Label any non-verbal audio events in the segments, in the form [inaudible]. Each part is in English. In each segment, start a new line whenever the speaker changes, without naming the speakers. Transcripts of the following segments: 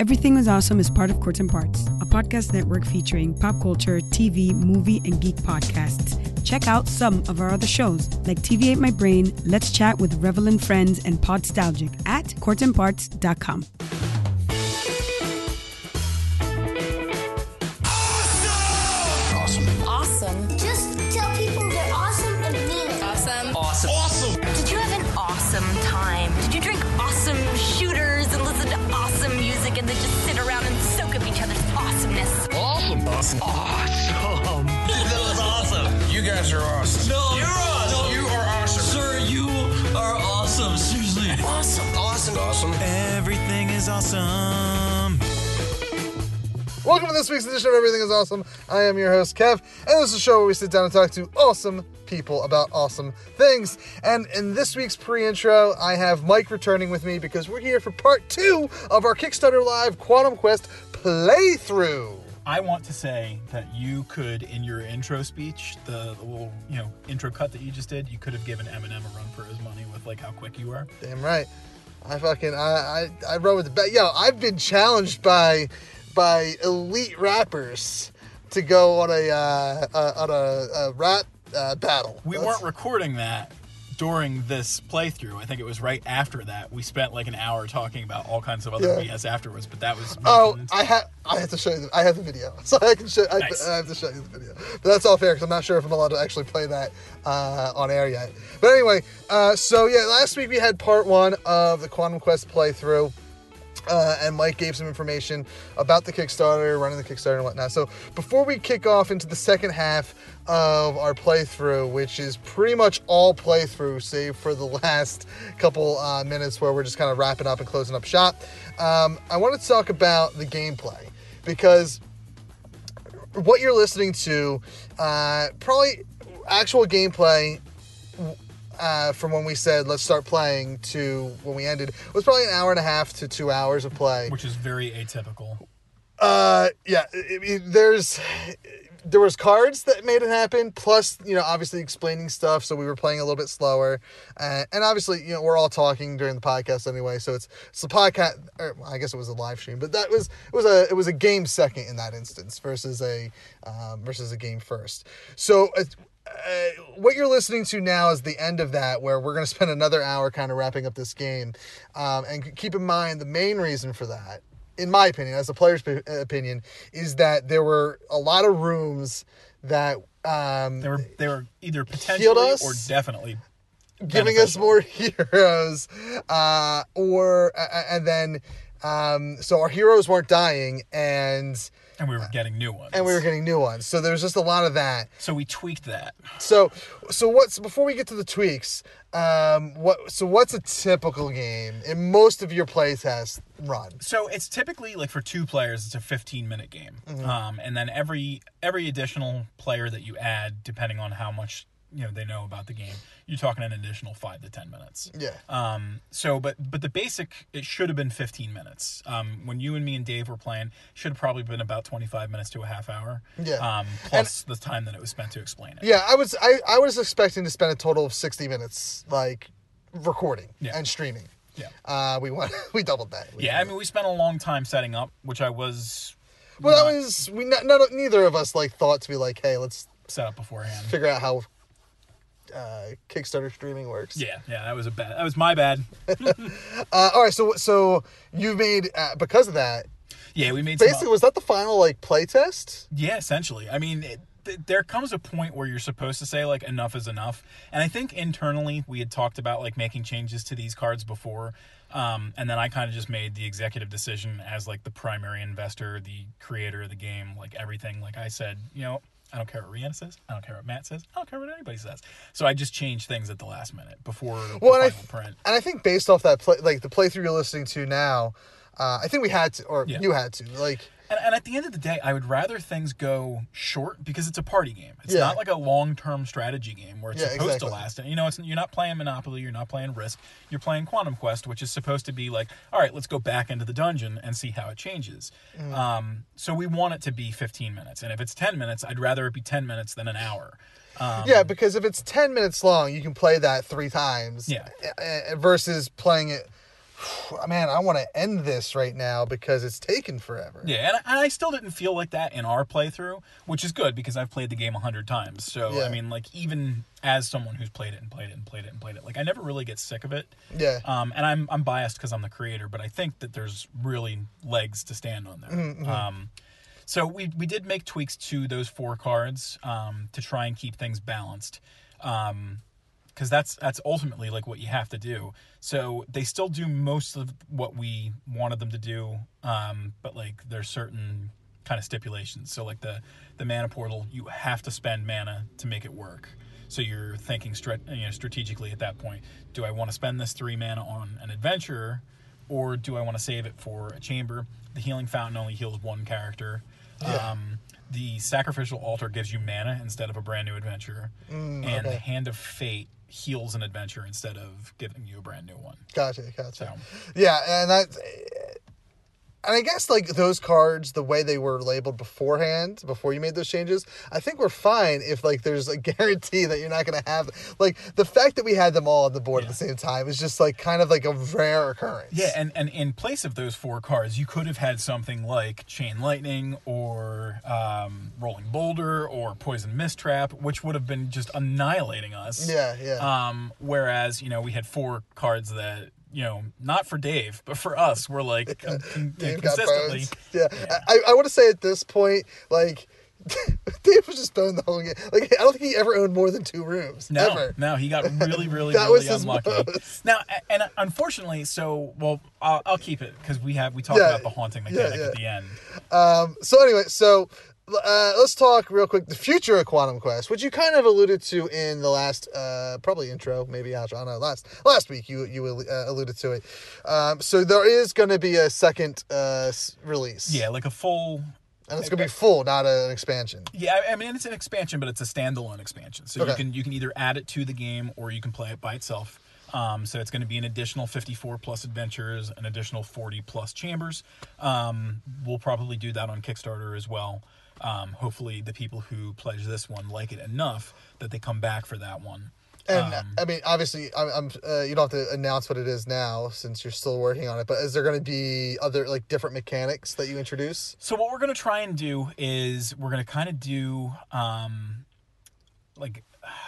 Everything Was Awesome is part of Courts and Parts, a podcast network featuring pop culture, TV, movie, and geek podcasts. Check out some of our other shows like TV Ate My Brain, Let's Chat with Revelin Friends, and Podstalgic at courtsandparts.com.
Awesome.
Just tell people they're awesome and mean it.
Awesome. Awesome. Awesome. Did you have an awesome time? Did you drink awesome shooters and listen to awesome music and then just sit around and soak up each other's awesomeness?
Awesome. Awesome. Awesome. that was awesome.
You guys are awesome.
No, you're awesome.
You are awesome.
Sir, you are awesome. Seriously.
Awesome. Awesome. Awesome.
Everything is awesome.
Welcome to this week's edition of Everything is Awesome. I am your host, Kev, and this is a show where we sit down and talk to awesome people about awesome things. And in this week's pre intro, I have Mike returning with me because we're here for part two of our Kickstarter Live Quantum Quest playthrough.
I want to say that you could, in your intro speech, the, the little you know intro cut that you just did, you could have given Eminem a run for his money with like how quick you are.
Damn right. I fucking, I, I, I run with the bet. Yo, I've been challenged by by elite rappers to go on a, uh, uh, on a, a rap uh, battle.
We weren't recording that during this playthrough. I think it was right after that. We spent like an hour talking about all kinds of other
Yeah.
BS afterwards, but that was
Oh,
mentioned.
I have. I have to show you. The, I have the video, [laughs] so I can show. I,
Nice.
I have to show you the video. But that's all fair because I'm not sure if I'm allowed to actually play that uh, on air yet. But anyway, uh, so yeah, last week we had part one of the Quantum Quest playthrough. Uh, and Mike gave some information about the Kickstarter, running the Kickstarter, and whatnot. So, before we kick off into the second half of our playthrough, which is pretty much all playthrough, save for the [laughs] last couple uh, minutes where we're just kind of wrapping up and closing up shop, um, I want to talk about the gameplay because what you're listening to, uh, probably actual gameplay uh, from when we said let's start playing to when we ended was probably an hour and a half to two hours of play.
which is very atypical.
Uh, yeah, I mean, there's there was cards that made it happen. Plus, you know, obviously explaining stuff, so we were playing a little bit slower. Uh, and obviously, you know, we're all talking during the podcast anyway, so it's it's the podcast. Or well, I guess it was a live stream, but that was it was a it was a game second in that instance versus a um, versus a game first. So. Uh, uh, what you're listening to now is the end of that, where we're going to [laughs] spend another hour kind of wrapping up this game. Um, and keep in mind the main reason for that in my opinion, as a player's p- uh, opinion, is that there were a lot of rooms that um,
They were they were either potentially
us?
or definitely
giving us more [laughs] heroes, uh, or a- a- and then um, so our heroes weren't dying, and
and we were getting new ones.
and we were getting new ones. So there's just a lot of that.
so we tweaked that.
So so what's before we get to the tweaks, um, what so what's a typical game in most of your playtest run?
so it's typically like for two players it's a 15 minute game
Mm-hmm.
um, and then every every additional player that you add depending on how much you know they know about the game you're talking an additional five to ten minutes
Yeah.
um, so but but the basic it should have been 15 minutes um, when you and me and dave were playing should have probably been about 25 minutes to a half hour
Yeah.
um, plus the time that it was spent to explain it
Yeah, I was I, I was expecting to spend a total of sixty minutes like recording
Yeah.
and streaming.
Yeah.
Uh, we went [laughs] we doubled that. We-
yeah i mean we spent a long time setting up which i was
Well, that was we not, none of, neither of us like thought to be like, hey, let's
set up beforehand
figure out how uh, Kickstarter streaming works.
yeah yeah that was a bad that was my bad
Uh, all right, so so you made uh, because of that.
yeah we made some-
Basically, was that the final like playtest?
Yeah, essentially. I mean, it, th- there comes a point where you're supposed to say like enough is enough, and I think internally we had talked about like making changes to these cards before, um, and then I kind of just made the executive decision as like the primary investor, the creator of the game, like everything. Like I said, you know. I don't care what Rihanna says. I don't care what Matt says. I don't care what anybody says. So I just changed things at the last minute before
Well,
the
and I
final
th-
print.
And I think based off that play, like the playthrough you're listening to now, uh, I think we had to, or
Yeah.
you had to, like.
And, and at the end of the day, I would rather things go short because it's a party game. It's
Yeah.
not like a long-term strategy game where it's
Yeah,
supposed
exactly.
to last. And you know, it's you're not playing Monopoly, you're not playing Risk, you're playing Quantum Quest, which is supposed to be like, all right, let's go back into the dungeon and see how it changes.
Mm.
Um, so we want it to be 15 minutes, and if it's 10 minutes, I'd rather it be 10 minutes than an hour. Um,
Yeah, because if it's 10 minutes long, you can play that three times.
Yeah.
eh, eh, Versus playing it [sighs] man, I want to end this right now because it's taken forever.
Yeah, and I, and I still didn't feel like that in our playthrough, which is good because I've played the game a hundred times. So
Yeah.
I mean, like even as someone who's played it and played it and played it and played it, like I never really get sick of it.
Yeah.
Um, and I'm I'm biased because I'm the creator, but I think that there's really legs to stand on there.
Mm-hmm,
Um, so we we did make tweaks to those four cards um, to try and keep things balanced. Um, because that's that's ultimately like what you have to do. So they still do most of what we wanted them to do, um, but like there's certain kind of stipulations. So like the the mana portal, you have to spend mana to make it work. So you're thinking strat- you know, strategically at that point. Do I want to spend this three mana on an adventurer, or do I want to save it for a chamber? The healing fountain only heals one character. Um, the sacrificial altar gives you mana instead of a brand new adventurer, and the hand of fate heals an adventure instead of giving you a brand new one.
Gotcha, gotcha.
So
Yeah, and that, and I guess like those cards, the way they were labeled beforehand, before you made those changes, I think we're fine if like there's a [laughs] guarantee that you're not gonna have like the fact that we had them all on the board at the same time is just like kind of like a rare occurrence.
yeah, and, and in place of those four cards, you could have had something like chain lightning or um, rolling boulder or poison mistrap, which would have been just annihilating us.
yeah, yeah,
Um, whereas you know we had four cards that you know not for Dave but for us
[laughs]
were like con- con-
Dave got
consistently.
bones. Yeah, I, I want to say at this point, like [laughs] Dave was just boned the whole game. Like I don't think he ever owned more than two rooms
No,
ever.
no,
[laughs]
he got really, really,
That
really
was his
unlucky.
most.
Now, a- and uh, unfortunately, so well, I'll, I'll keep it because we have we talked
Yeah,
about the haunting mechanic
yeah.
at the end.
Um, So anyway, so uh, let's talk real quick the future of Quantum Quest, which you kind of alluded to in the last uh, probably intro, maybe outro, I don't know, last last week you you uh, alluded to it. Um, so there is going to be a second uh, s- release,
Yeah, like a full.
and it's going to be full, not an expansion.
Yeah, I I mean it's an expansion, but it's a standalone expansion. So
Okay.
you can you can either add it to the game or you can play it by itself. Um, so it's going to be an additional 54 plus adventures, an additional 40 plus chambers. Um, we'll probably do that on Kickstarter as well. Um, hopefully, the people who pledge this one like it enough that they come back for that one.
And I mean, obviously, I'm, I'm uh, you don't have to announce what it is now since you're still working on it. But is there going to be other like different mechanics that you introduce?
So what we're gonna try and do is we're gonna kind of do um, like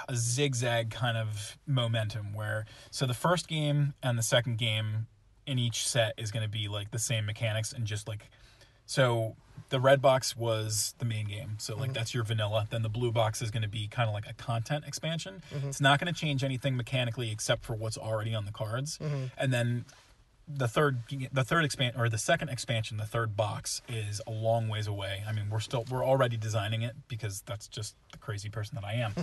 a zigzag kind of momentum where so the first game and the second game in each set is gonna be like the same mechanics and just like so the red box was the main game so like that's your vanilla then the blue box is going to be kind of like a content expansion it's not going to change anything mechanically except for what's already on the cards and then the third the third expand or the second expansion the third box is a long ways away i mean we're still we're already designing it because that's just the crazy person that i am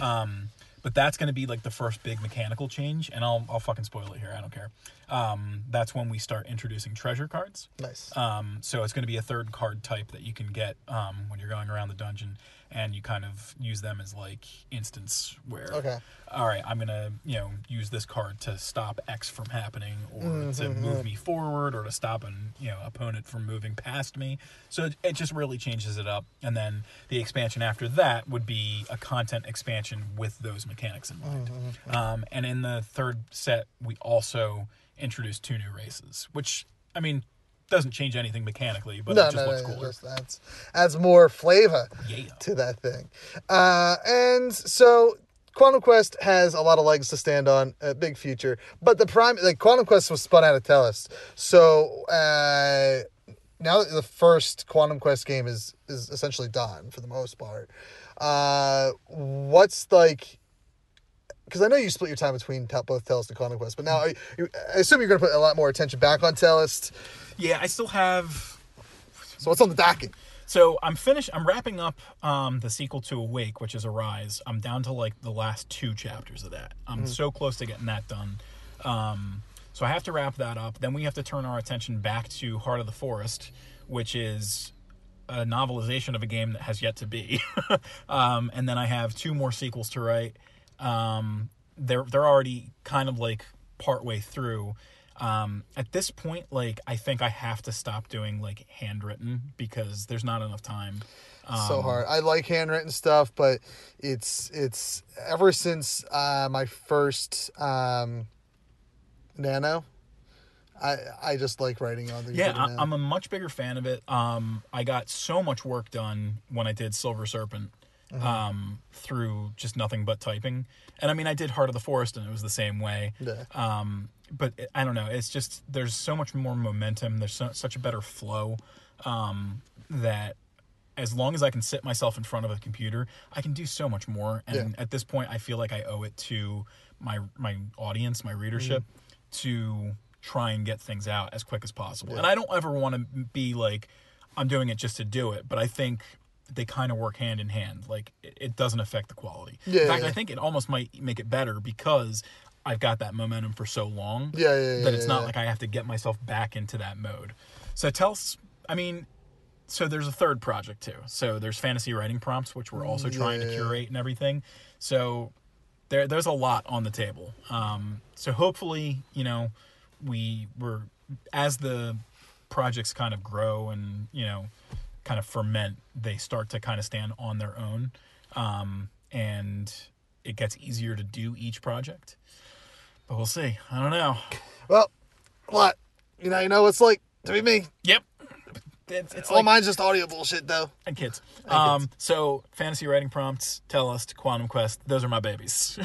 um, but that's going to be like the first big mechanical change and i'll i'll fucking spoil it here i don't care um, that's when we start introducing treasure cards
Nice.
um, so it's going to be a third card type that you can get um, when you're going around the dungeon, and you kind of use them as like instance where,
Okay.
all right, I'm going to you know use this card to stop X from happening, or to move me forward, or to stop an you know opponent from moving past me. So it, it just really changes it up, and then the expansion after that would be a content expansion with those mechanics in mind. Um, and in the third set, we also introduced two new races, which I mean doesn't change anything mechanically, but it just looks cooler.
just adds, adds more flavor
Yeah.
to that thing. Uh, and so Quantum Quest has a lot of legs to stand on, a big future. But the prime, like Quantum Quest was spun out of Telus. So uh, now that the first Quantum Quest game is is essentially done for the most part, uh, what's like? Because I know you split your time between tel- both Telus and Quantum Quest, but now I,
Mm.
you, I assume you're going to put a lot more attention back on Telus.
Yeah, I still have.
So what's on the docket?
So I'm finished. I'm wrapping up um, the sequel to Awake, which is Arise. I'm down to like the last two chapters of that. I'm so close to getting that done. Um, so I have to wrap that up. Then we have to turn our attention back to Heart of the Forest, which is a novelization of a game that has yet to be. [laughs] um, and then I have two more sequels to write. Um, they're they're already kind of like partway through. Um, at this point, like I think I have to stop doing like handwritten because there's not enough time. Um,
so hard. I like handwritten stuff, but it's it's ever since uh, my first um, Nano,
I I just like writing on the
Yeah,
computer
I,
now.
I'm a much bigger fan of it. Um, I got so much work done when I did Silver Serpent um, through just nothing but typing. And I mean, I did Heart of the Forest, and it was the same way.
Yeah.
Um, but it, I don't know. It's just there's so much more momentum. There's so, such a better flow um, that as long as I can sit myself in front of a computer, I can do so much more. And at this point, I feel like I owe it to my my audience, my readership,
Mm.
to try and get things out as quick as possible. And I don't ever want to be like I'm doing it just to do it, but I think they kind of work hand in hand. Like it, it doesn't affect the quality.
Yeah,
in fact,
yeah.
I think it almost might make it better because I've got that momentum for so long
Yeah, yeah, yeah,
that it's
yeah,
not
yeah.
like I have to get myself back into that mode. So tell us, I mean, so there's a third project too. So there's fantasy writing prompts, which we're also
Mm,
trying to curate and everything. So there, there's a lot on the table. Um, so hopefully, you know, we were as the projects kind of grow and you know, kind of ferment, they start to kind of stand on their own, um, and it gets easier to do each project. But we'll see. I don't know.
well, what you know, you know, it's like to be me.
Yep. It's, it's
All
like-
mine's just audio bullshit though.
and kids. Um, so fantasy writing prompts, tell us to Quantum Quest. Those are my babies.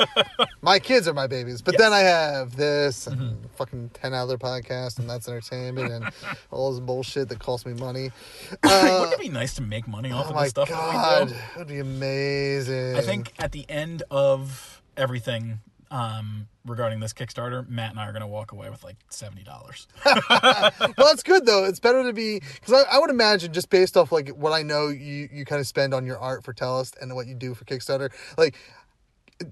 [laughs]
My kids are my babies, but then I have this and
Mm-hmm.
fucking ten other podcasts, and that's entertainment, and all this bullshit that costs me money.
Wouldn't it be nice to make money off
Oh
of
my
this stuff? that
god,
we do?
that would be amazing.
I think at the end of everything um, regarding this Kickstarter, Matt and I are going to walk away with like seventy dollars.
well, that's good though. It's better to be because I, I would imagine just based off like what I know you you kind of spend on your art for Telest and what you do for Kickstarter, like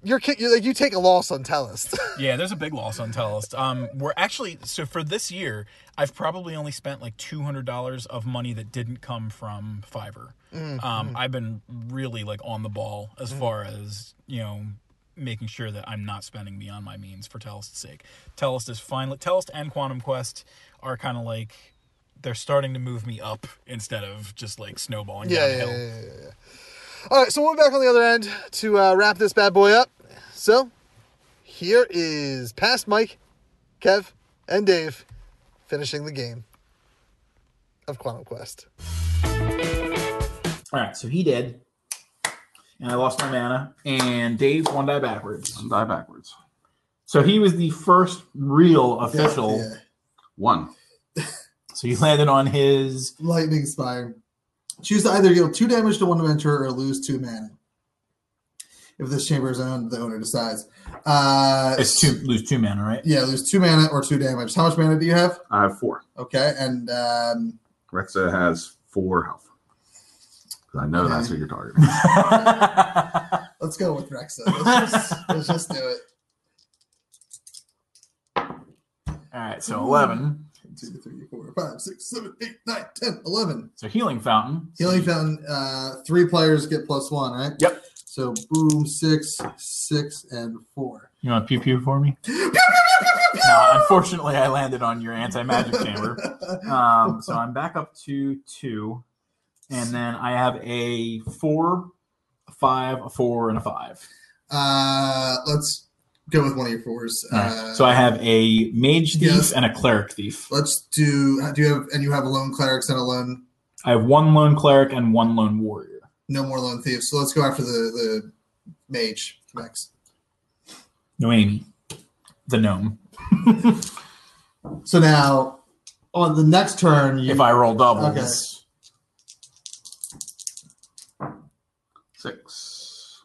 you're, ki- you're like you take a loss on [laughs] Telest.
yeah, there's a big loss on Tellust. Um, we're actually so for this year, I've probably only spent like two hundred dollars of money that didn't come from Fiverr.
Mm,
Um, I've been really like on the ball as far as you know making sure that I'm not spending beyond my means for Tellust's sake. Tellust is finally Tellust and Quantum Quest are kind of like they're starting to move me up instead of just like snowballing
yeah, yeah,
downhill.
yeah, yeah, yeah. All right, so we'll be back on the other end to uh, wrap this bad boy up. So here is past Mike, Kev, and Dave finishing the game of Quantum Quest.
All right, so he did, and I lost my mana. And Dave one die backwards.
Die backwards.
So he was the first real official.
Yeah.
One.
So you landed on his.
Lightning Spire. Choose to either deal two damage to one adventurer or lose two mana. If this chamber is owned, the owner decides. Uh,
It's two lose two mana, right?
Yeah, lose two mana or two damage. How much mana do you have?
I have four.
Okay, and um,
Rexa has four health. 'Cause I know
Okay.
that's what
[laughs]
you're targeting.
let's go with Rexa.
[laughs]
Let's just, let's just do it.
All right, so eleven.
Two, three, four, five, six, seven, eight, nine, ten, eleven.
So healing fountain.
Healing Fountain, uh, three players get plus one, right?
Yep.
So boom, six, six, and four.
You want pew pew for me? no, unfortunately, I landed on your anti magic chamber.
[laughs]
Um, so I'm back up to two, and then I have a four, a five, a four, and a five.
Uh, let's go with one of your fours.
All right,
Uh,
so I have a mage thief
yes.
and a cleric thief.
Let's do. Do you have and you have a lone clerics and a lone
I have one lone cleric and one lone warrior.
no more lone thieves. So let's go after the the mage next.
Noemi, the gnome.
So now on the next turn, you,
If I roll doubles,
Six.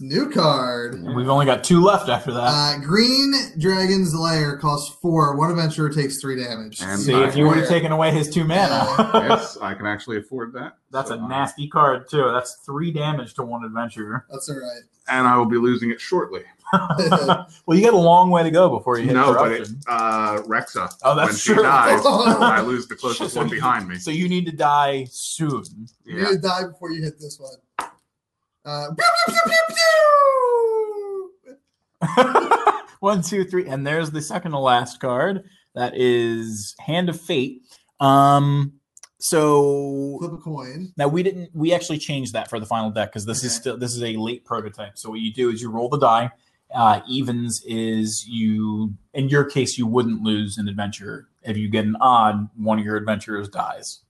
new card.
we've only got two left after that.
Uh, green dragon's lair costs four. One adventurer takes three damage.
And
See, if you would have
Yeah.
taken away his two mana.
yes, I can actually afford that.
[laughs] That's
So,
a
uh,
nasty card too. That's three damage to one adventurer.
That's all right.
And I will be losing it shortly.
well, you got a long way to go before you hit
No, but it,
corruption.
uh, Rexa.
Oh, that's
when she
true.
[laughs]
dies, I lose the closest
So
one
you-
behind me.
So you need to die soon.
You
Yeah.
need to die before you hit this one. Uh, pew, pew, pew, pew, pew!
[laughs]
One, two, three, and there's the second to last card. That is Hand of Fate. Um, so
Flip a coin.
now we didn't. We actually changed that for the final deck because this is
Okay.
still this is a late prototype. So what you do is you roll the die,
Uh, evens is you, in your case, you wouldn't lose an adventure. If you get an odd, one of your adventurers dies.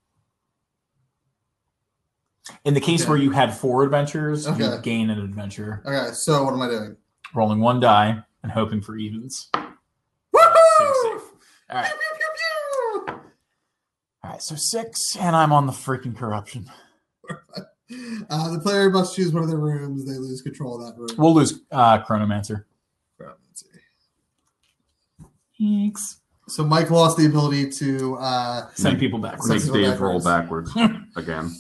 In the case
Okay.
where you had four adventures, you
Okay.
gain an adventure.
Okay, so what am I doing?
Rolling one die and hoping for evens.
Woohoo!
All right. All right, so six, and I'm on the freaking corruption.
Uh, the player must choose one of their rooms. They lose control of that room.
We'll lose uh, Chronomancer. Thanks.
So Mike lost the ability to uh,
Send people back.
Send
Make
people
Dave
backwards.
roll backwards [laughs] again.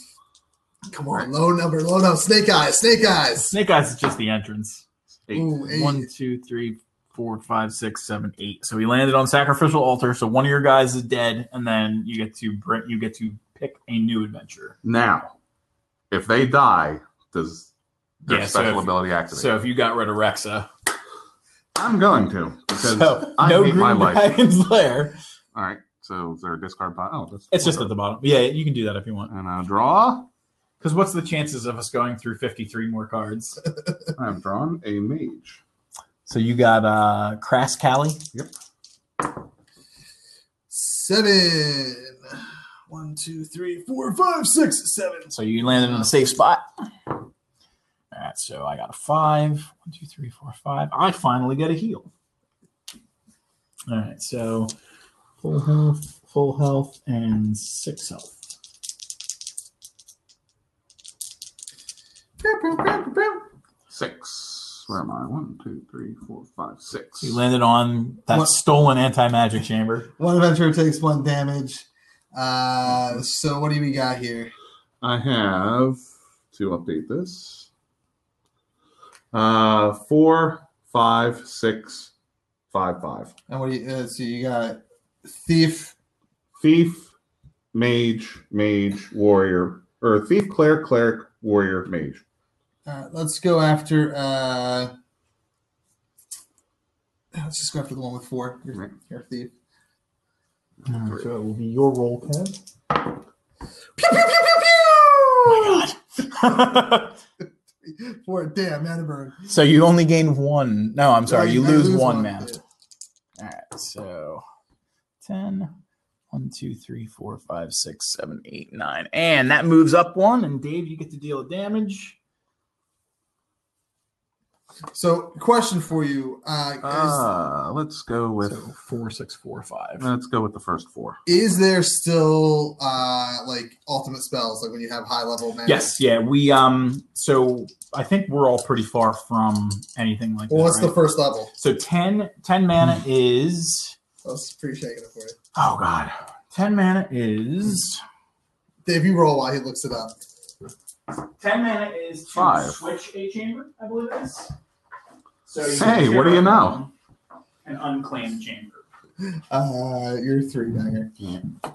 Come on, low number, low number. Snake eyes, snake eyes.
Snake Eyes is just the entrance.
Ooh, eight.
One, two, three, four, five, six, seven, eight. So he landed on sacrificial altar. So one of your guys is dead, and then you get to br- you get to pick a new adventure.
Now, if they die, does their
Yeah, so
special
if-
ability activate?
So if you got rid of Rexa,
I'm going to because
so
I
no
hate
green
my life.
[laughs] dragons there.
All right. So is there a discard pile? Oh, that's
It's just at the bottom. Yeah, you can do that if you want.
and I draw.
Because what's the chances of us going through fifty three more cards?
I've drawn a mage.
[laughs] so you got uh Crass Cali.
Seven. One, two, three, four, five, six, seven.
So you landed in a safe spot. All right, so I got a five. One, two, three, four, five. I finally get a heal. All right, so full health, full health, and six health.
Six. Where am I? One, two, three, four, five, six.
You landed on that
What-
stolen anti magic chamber.
One adventurer takes one damage. Uh, so what do we got here?
I have to update this. Uh, four, five, six, five, five.
And what do you? Uh, so you got thief.
Thief, mage, mage, warrior, or thief, cleric, cleric, warrior, mage.
Uh, let's go after. Uh, let's just go after the one with four. Your,
Right.
your thief.
Alright, so it will be your roll, Kev.
Pew pew pew pew pew. [laughs] For a damn mana burn.
so you only gain one. No, I'm sorry,
No,
you
gotta
lose, one, man.
Yeah.
All right, so 10, 1, 2, 3, 4, 5, 6, 7, 8, 9. And that moves up one. And Dave, you get to deal a damage.
So, question for you: uh,
Uh, let's go with
So 4, 6, 4, 5.
let's go with the first four.
is, is there still uh, like ultimate spells, like when you have high level mana?
yes, yeah. We, um, so I think we're all pretty far from anything like
Well,
that.
what's
right?
the first level?
so 10, 10 mana is,
I was pretty shaking it for you.
oh God, 10 mana is,
Dave, you roll while he looks it up.
10 mana is to
Five.
switch a chamber, I believe it is. So you
Hey, what do you know?
An unclaimed chamber.
Uh, you're three banger.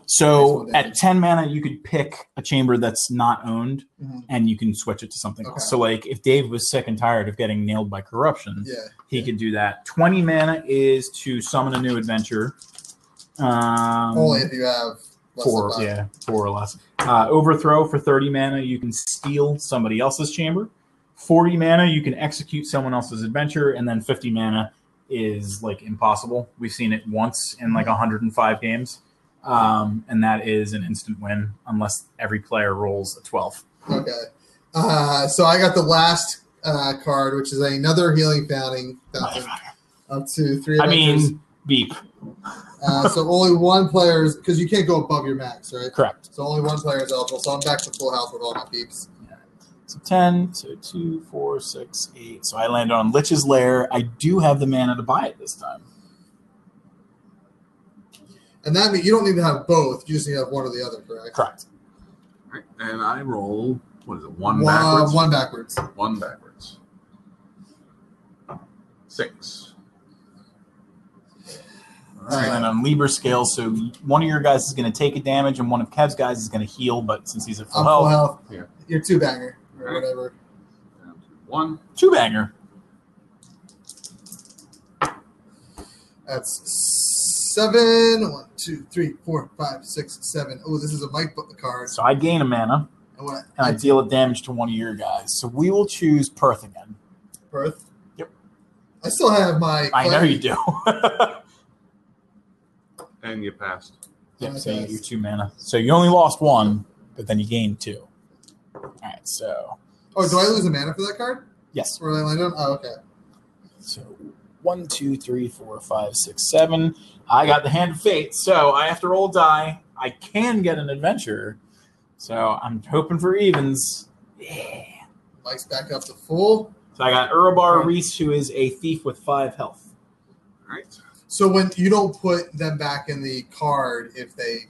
So
Excellent
at
damage.
10 mana, you could pick a chamber that's not owned
Mhm.
and you can switch it to something
Okay.
else. So, like, if Dave was sick and tired of getting nailed by corruption,
Yeah.
he could do that. 20 mana is to summon a new adventure. Um,
Only if you have less
four,
than five.
yeah, four or less. Uh, overthrow for 30 mana, you can steal somebody else's chamber. 40 mana, you can execute someone else's adventure. And then 50 mana is like impossible. We've seen it once in like 105 games. Um, and that is an instant win unless every player rolls a 12.
Okay. Uh, so I got the last uh, card, which is another healing fountain. fountain. Up to three.
I
adventures.
[laughs] mean, beep.
Uh, so only one player is because you can't go above your max, right?
Correct.
So only one player is eligible. So I'm back to full health with all my peeps.
So 10, so 2, 4, 6, 8. So I landed on Lich's Lair. I do have the mana to buy it this time.
And that means you don't need to have both. You just need to have one or the other, correct?
Correct.
Right, And I roll what is it? One
One
backwards.
one backwards.
One backwards. Six.
And then on Lieber scale, so one of your guys is going to take a damage, and one of Kev's guys is going to heal. But since he's at full
I'm full
health,
health.
Yeah.
You're two banger or
Alright.
whatever.
Down to One.
two banger.
That's seven. One, two, three, four, five, six, seven. Oh, this is a Mike book card.
So I gain a mana,
And what?
and I deal a damage to one of your guys. So we will choose Perth again.
Perth.
Yep.
I still have my.
I know you do. [laughs]
and you passed.
Yep,
I
so you
guess.
do two mana. So you only lost one, but then you gained two. All right, so
Oh, do I lose a mana for that card?
yes.
Where I land on? Oh, okay.
So one, two, three, four, five, six, seven. I got the hand of fate, so I have to roll a die. I can get an adventure, so I'm hoping for evens. Yeah.
Mike's back up to full.
So I got Urabar Reese, who is a thief with five health.
All right.
So when you don't put them back in the card if they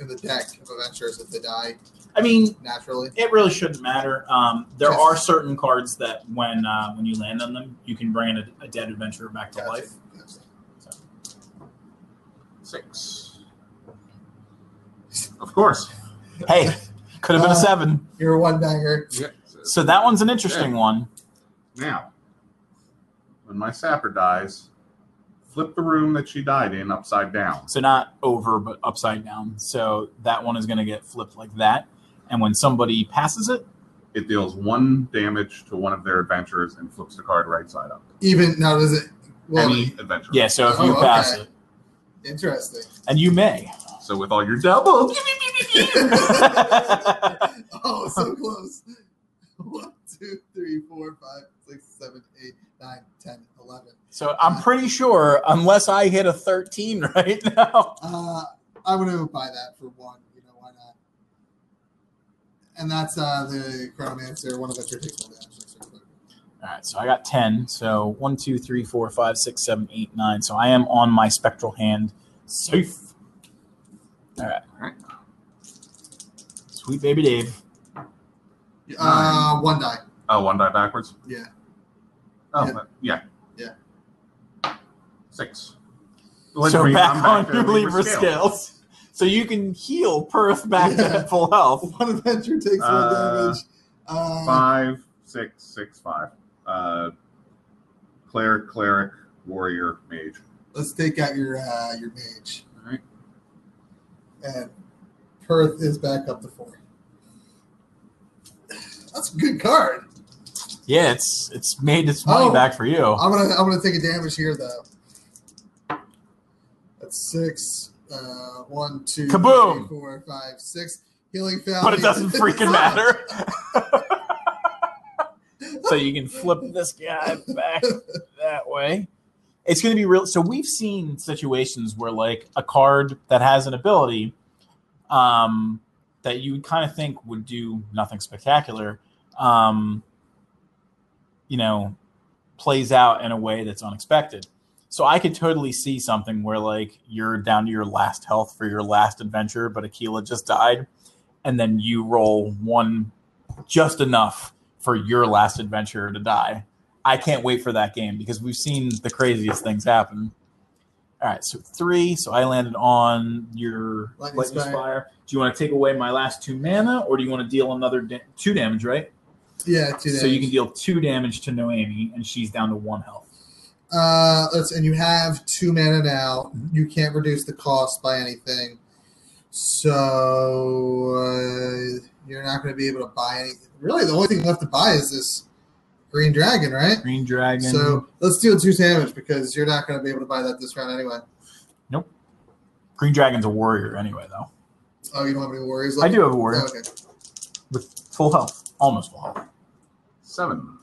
in the deck of adventures if they die
I mean,
naturally.
it really shouldn't matter. Um, there
Yes.
are certain cards that when uh, when you land on them, you can bring in a, a dead adventurer back to
Gotcha.
life.
Gotcha.
Six. Of course.
Hey, could have been
Uh,
a seven.
You're a one banger.
Yeah.
So that one's an interesting one.
Now, when my sapper dies, flip the room that she died in upside down.
So not over, but upside down. So that one is going to get flipped like that. And when somebody passes it,
It deals one damage to one of their adventurers and flips the card right side up.
Even now does it well
Any adventurer.
yeah. So if you
Oh, okay.
pass it,
[laughs]
interesting.
and you may. [laughs]
So with all your doubles,
Oh, so close. One, two, three, four, five, six, seven, eight, nine, ten, eleven.
so I'm pretty sure, unless I hit a 13 [laughs] right now.
Uh, I'm gonna buy that for one. You know why not? And that's uh, the Chronomancer, one of the predictable damages.
All right, so I got 10. So one, two, three, four, five, six, seven, eight, nine. So I am on my spectral hand. Safe. All right. All right. Sweet baby Dave.
Uh, one die. [laughs]
oh, one die backwards.
Yeah.
Oh,
Yeah.
but- yeah.
Yeah.
Six.
so
Libra,
back
I'm
on
to
your
Libra
Libra scales. So you can heal Perth
[laughs]
back
Yeah.
to full health.
One adventure takes one
Uh,
damage. Uh,
Five, six, six, five. Uh, cleric, cleric, warrior, mage.
let's take out your uh, your mage.
All right.
And Perth is back up to four. That's a good card.
Yeah, it's it's made its money
Oh.
back for you.
I'm gonna I'm gonna take a damage here though. That's six. Uh, one, two, three,
Kaboom!
four, five, six. Healing failure.
But
[laughs]
it doesn't freaking matter. [laughs] so you can flip this guy back that way. It's going to be real. So we've seen situations where like a card that has an ability um, that you would kind of think would do nothing spectacular, um, you know, plays out in a way that's unexpected. So I could totally see something where like you're down to your last health for your last adventure, but Aquila just died, and then you roll one just enough for your last adventurer to die. I can't wait for that game because we've seen the craziest things happen. All right, so three. So I landed on your
Lightning
lightning,
Spire.
spire. Do you want to take away my last two mana, or do you want to deal another da- two damage? Right.
Yeah, two
So you
damage.
can deal two damage to Noemi, and she's down to one health.
Uh, let's and you have two mana now.
Mm-hmm.
You can't reduce the cost by anything, so uh, you're not going to be able to buy any. Really, the only thing left to buy is this green dragon, right?
Green dragon.
So let's deal two damage because you're not going to be able to buy that this round anyway.
Green Dragon's a warrior anyway, though.
Oh, you don't have any warriors.
I
Left?
do have a warrior
Oh, okay.
with full health, almost full health.
Seven.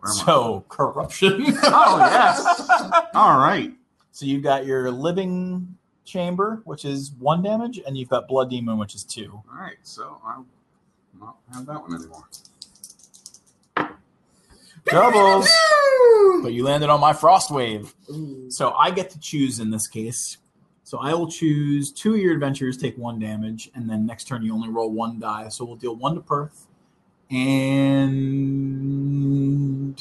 Where am I?
So [laughs] corruption.
[laughs] Oh, yes. All right.
so you've got your living chamber, which is one damage, and you've got blood demon, which is two.
All right. So I'll not have that one anymore.
Doubles. but you landed on my frost wave.
Ooh.
So I get to choose in this case. So I will choose two of your adventurers take one damage, and then next turn you only roll one die. So we'll deal one to Perth. And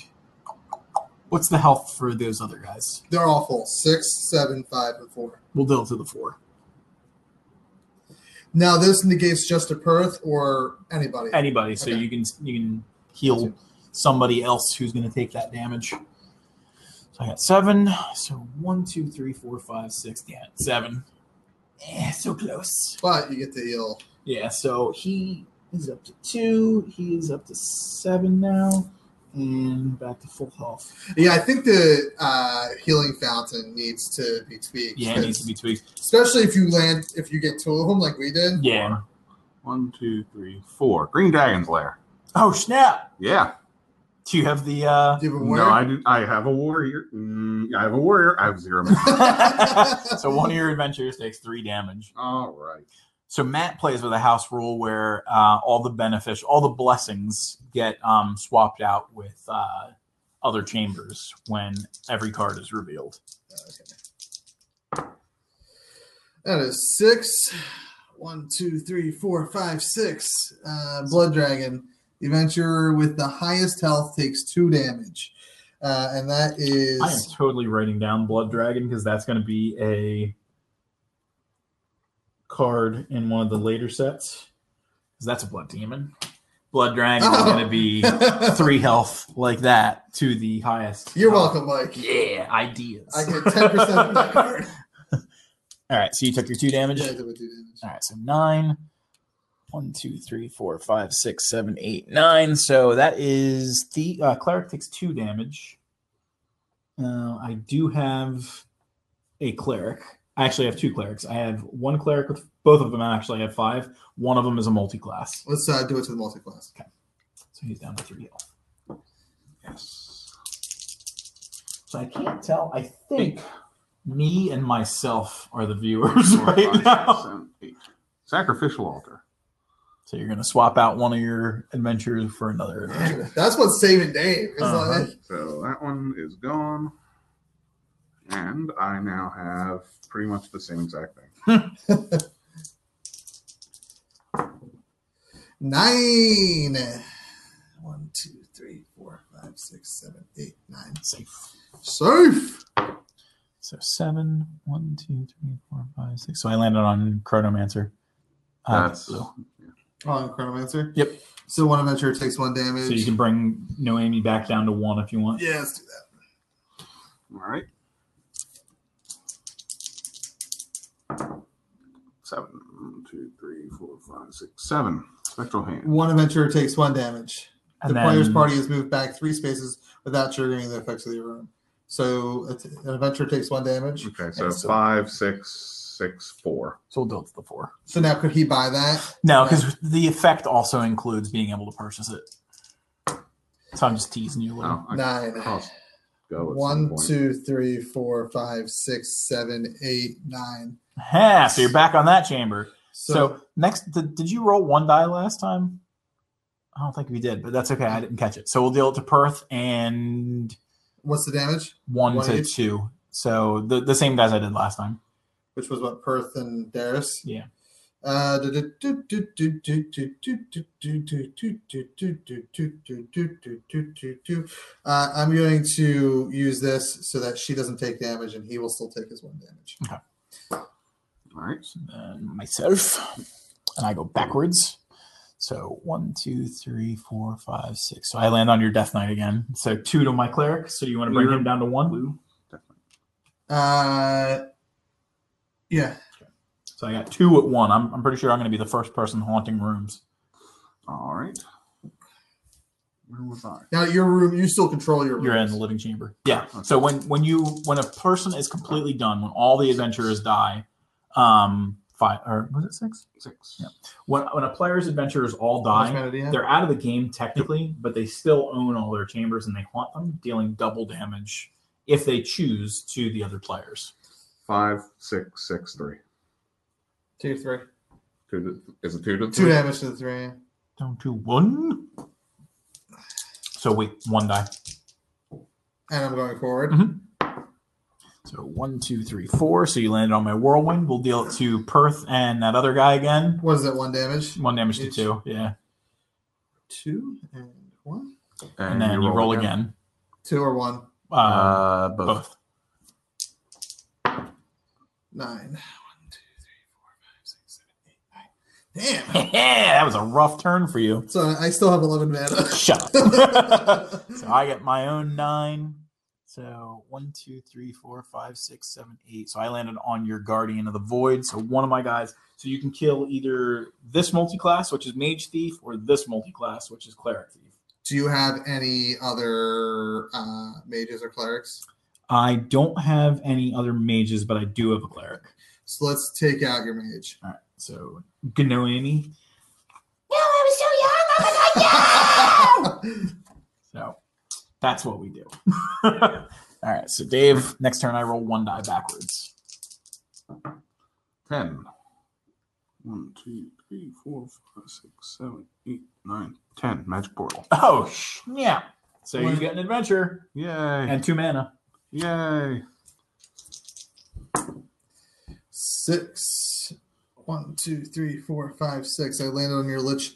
what's the health for those other guys?
They're all full. Six, seven, five, and four.
We'll deal to the four.
Now this negates just a Perth or anybody.
Anybody. So
Okay.
you can you can heal somebody else who's going to take that damage. So I got seven. So one, two, three, four, five, six. Yeah, seven. Eh, so close.
But you get to heal.
Yeah, so he is up to two. He is up to seven now. and back to full health.
Yeah, I think the uh, healing fountain needs to be tweaked.
Yeah, it needs to be tweaked.
Especially if you land, if you get two of them like we did.
Yeah.
One, two, three, four. Green Dragon's Lair.
Oh snap!
Yeah.
Do you have the? uh [laughs]
Give them
No, I do, I have a warrior. Mm, I have a warrior. I have
[laughs]
zero. mana.
So one of your adventures takes three damage.
All right.
So Matt plays with a house rule where uh, all the benefic, all the blessings get um, swapped out with uh, other chambers when every card is revealed.
That is six. One, two, three, four, five, six. Uh, Blood Dragon. The adventurer with the highest health takes two damage. Uh, and that is.
I am totally writing down Blood Dragon because that's going to be a card in one of the later sets. Because that's a Blood Demon. Blood Dragon is
Oh.
going
[laughs]
to be three health like that to the highest.
You're
health.
welcome, Mike.
Yeah, ideas.
I get 10% of
[laughs]
that card.
All right, so you took your two damage.
Yeah, I did what you did.
All right, so nine. One, two, three, four, five, six, seven, eight, nine. So that is the uh, cleric takes two damage. Uh, I do have a cleric. I actually have two clerics. I have one cleric with both of them. Actually, I have five. One of them is a multi-class,
Let's uh, do it to the multi class.
so he's down to three health. Yes. So I can't tell. I think me and myself are the viewers
Four,
right
five,
now.
six, seven, eight. Sacrificial altar.
So you're gonna swap out one of your adventures for another adventure.
That's what's saving Dave. It's
Uh-huh.
like,
So that one is gone. And I now have pretty much the same exact thing.
Nine. One, two, three, four, five, six, seven, eight, nine.
Safe.
Safe.
So seven, one, two, three, four, five, six. So I landed on Chronomancer. Uh,
That's
blue.
Oh, Chronomancer?
Yep.
So one adventurer takes one damage.
So you can bring Noemi back down to one if you want.
Yeah, let's do that.
all right. Seven, one, two, three, four, five, six, seven. Spectral hand.
One adventurer takes one damage.
And
the
then-
player's party is moved back three spaces without triggering the effects of the room. So it's- an adventurer takes one damage.
Okay, so
Excellent.
five, six, six, four.
So we'll build to the four.
So now could he buy that?
No, because the effect also includes being able to purchase it. So I'm just teasing you a little.
Oh, I
Nine.
crossed go at some
One,
point.
two, three, four, five, six, seven, eight, nine.
Ha, so you're back on that chamber. So,
So,
next, did, did you roll one die last time? I don't think we did, but that's okay. I didn't catch it. So we'll deal it to Perth and
what's the damage?
one,
One
to
each?
two. So the, the same guys I did last time.
Which was what Perth and Darius.
Yeah.
Uh, do- do- do- do- do- do- do- do- do- do- do- do- do- do- do- do- do- do- do- do- do- do. Uh, I'm going to use this so that she doesn't take damage and he will still take his one damage.
All right.
And myself, and I go backwards. So one, two, three, four, five, six. So I land on your Death Knight again. So two to my cleric. So you want to bring him down to one?
Definitely.
Uh, yeah.
So I got two at one. I'm, I'm pretty sure I'm going to be the first person haunting rooms.
All right. Where was I?
Now your room, you still control your room.
You're in the living chamber. Yeah. So when when you when a person is completely done, when all the adventurers die, um, five or was it six?
Six.
Yeah. When when a player's adventurers all
How much
die,
mana do you have?
They're out of the game technically, but they still own all their chambers and they haunt them, dealing double damage if they choose to the other players.
Five, six, six, three.
Two, three.
Two to, is it two to
Two
three?
damage to the three.
Down to one. So wait, one die.
And I'm going forward.
So one, two, three, four. So you landed on my whirlwind. We'll deal it to Perth and that other guy again.
What is that? One damage?
One damage to
Each.
two. Yeah.
Two and one.
And, then you roll, again.
Two or one.
Uh,
Uh, both.
both.
Nine. One, two, three, four, five, six, seven, eight, nine. Damn.
[laughs] that was a rough turn for you.
So I still have 11 mana. [laughs]
Shut up. so I get my own nine. So one, two, three, four, five, six, seven, eight. So I landed on your guardian of the void. So one of my guys. So you can kill either this multi-class, which is mage thief, or this multi-class, which is cleric thief.
[laughs] Do you have any other uh, mages or clerics?
I don't have any other mages, but I do have a cleric.
So let's take out your mage.
All right. So Gnoemi.
No, I was so young. I was like,
[laughs] So that's what we do. [laughs] All right. So Dave, next turn I roll one die backwards.
Ten. One, two, three, four, five, six, seven, eight, nine, ten. Magic portal.
Oh sh- yeah. So you get an adventure
Yay.
and two mana.
Yay.
Six. One, two, three, four, five, six. I landed on your lich.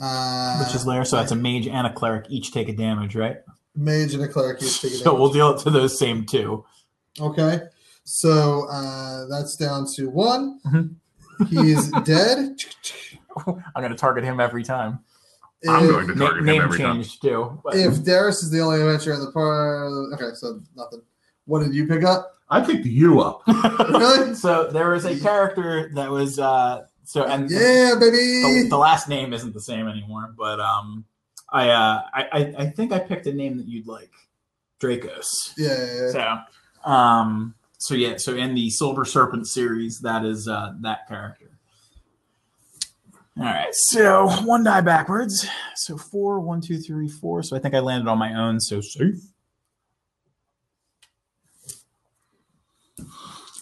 Uh,
Which is layer, so that's a mage and a cleric each take a damage, right?
mage and a cleric. You take it
So we'll deal it to those same two. [laughs]
Okay. So uh, that's down to one.
Mhm.
He
[laughs]
is dead.
I'm gonna target him every time.
I'm
If-
going to target him
name
every time.
change too. but-
If Darius is the only adventure in the par, okay, so nothing. What did you pick up?
I picked you up.
[laughs]
Really?
so there was a character that was uh so and
Yeah,
the,
baby.
the last name isn't the same anymore, but um I uh I, I, I think I picked a name that you'd like. Dracos.
Yeah, yeah, yeah.
So um so yeah, so in the Silver Serpent series, that is uh that character. All right, so one die backwards. So four, one, two, three, four. So I think I landed on my own, so safe.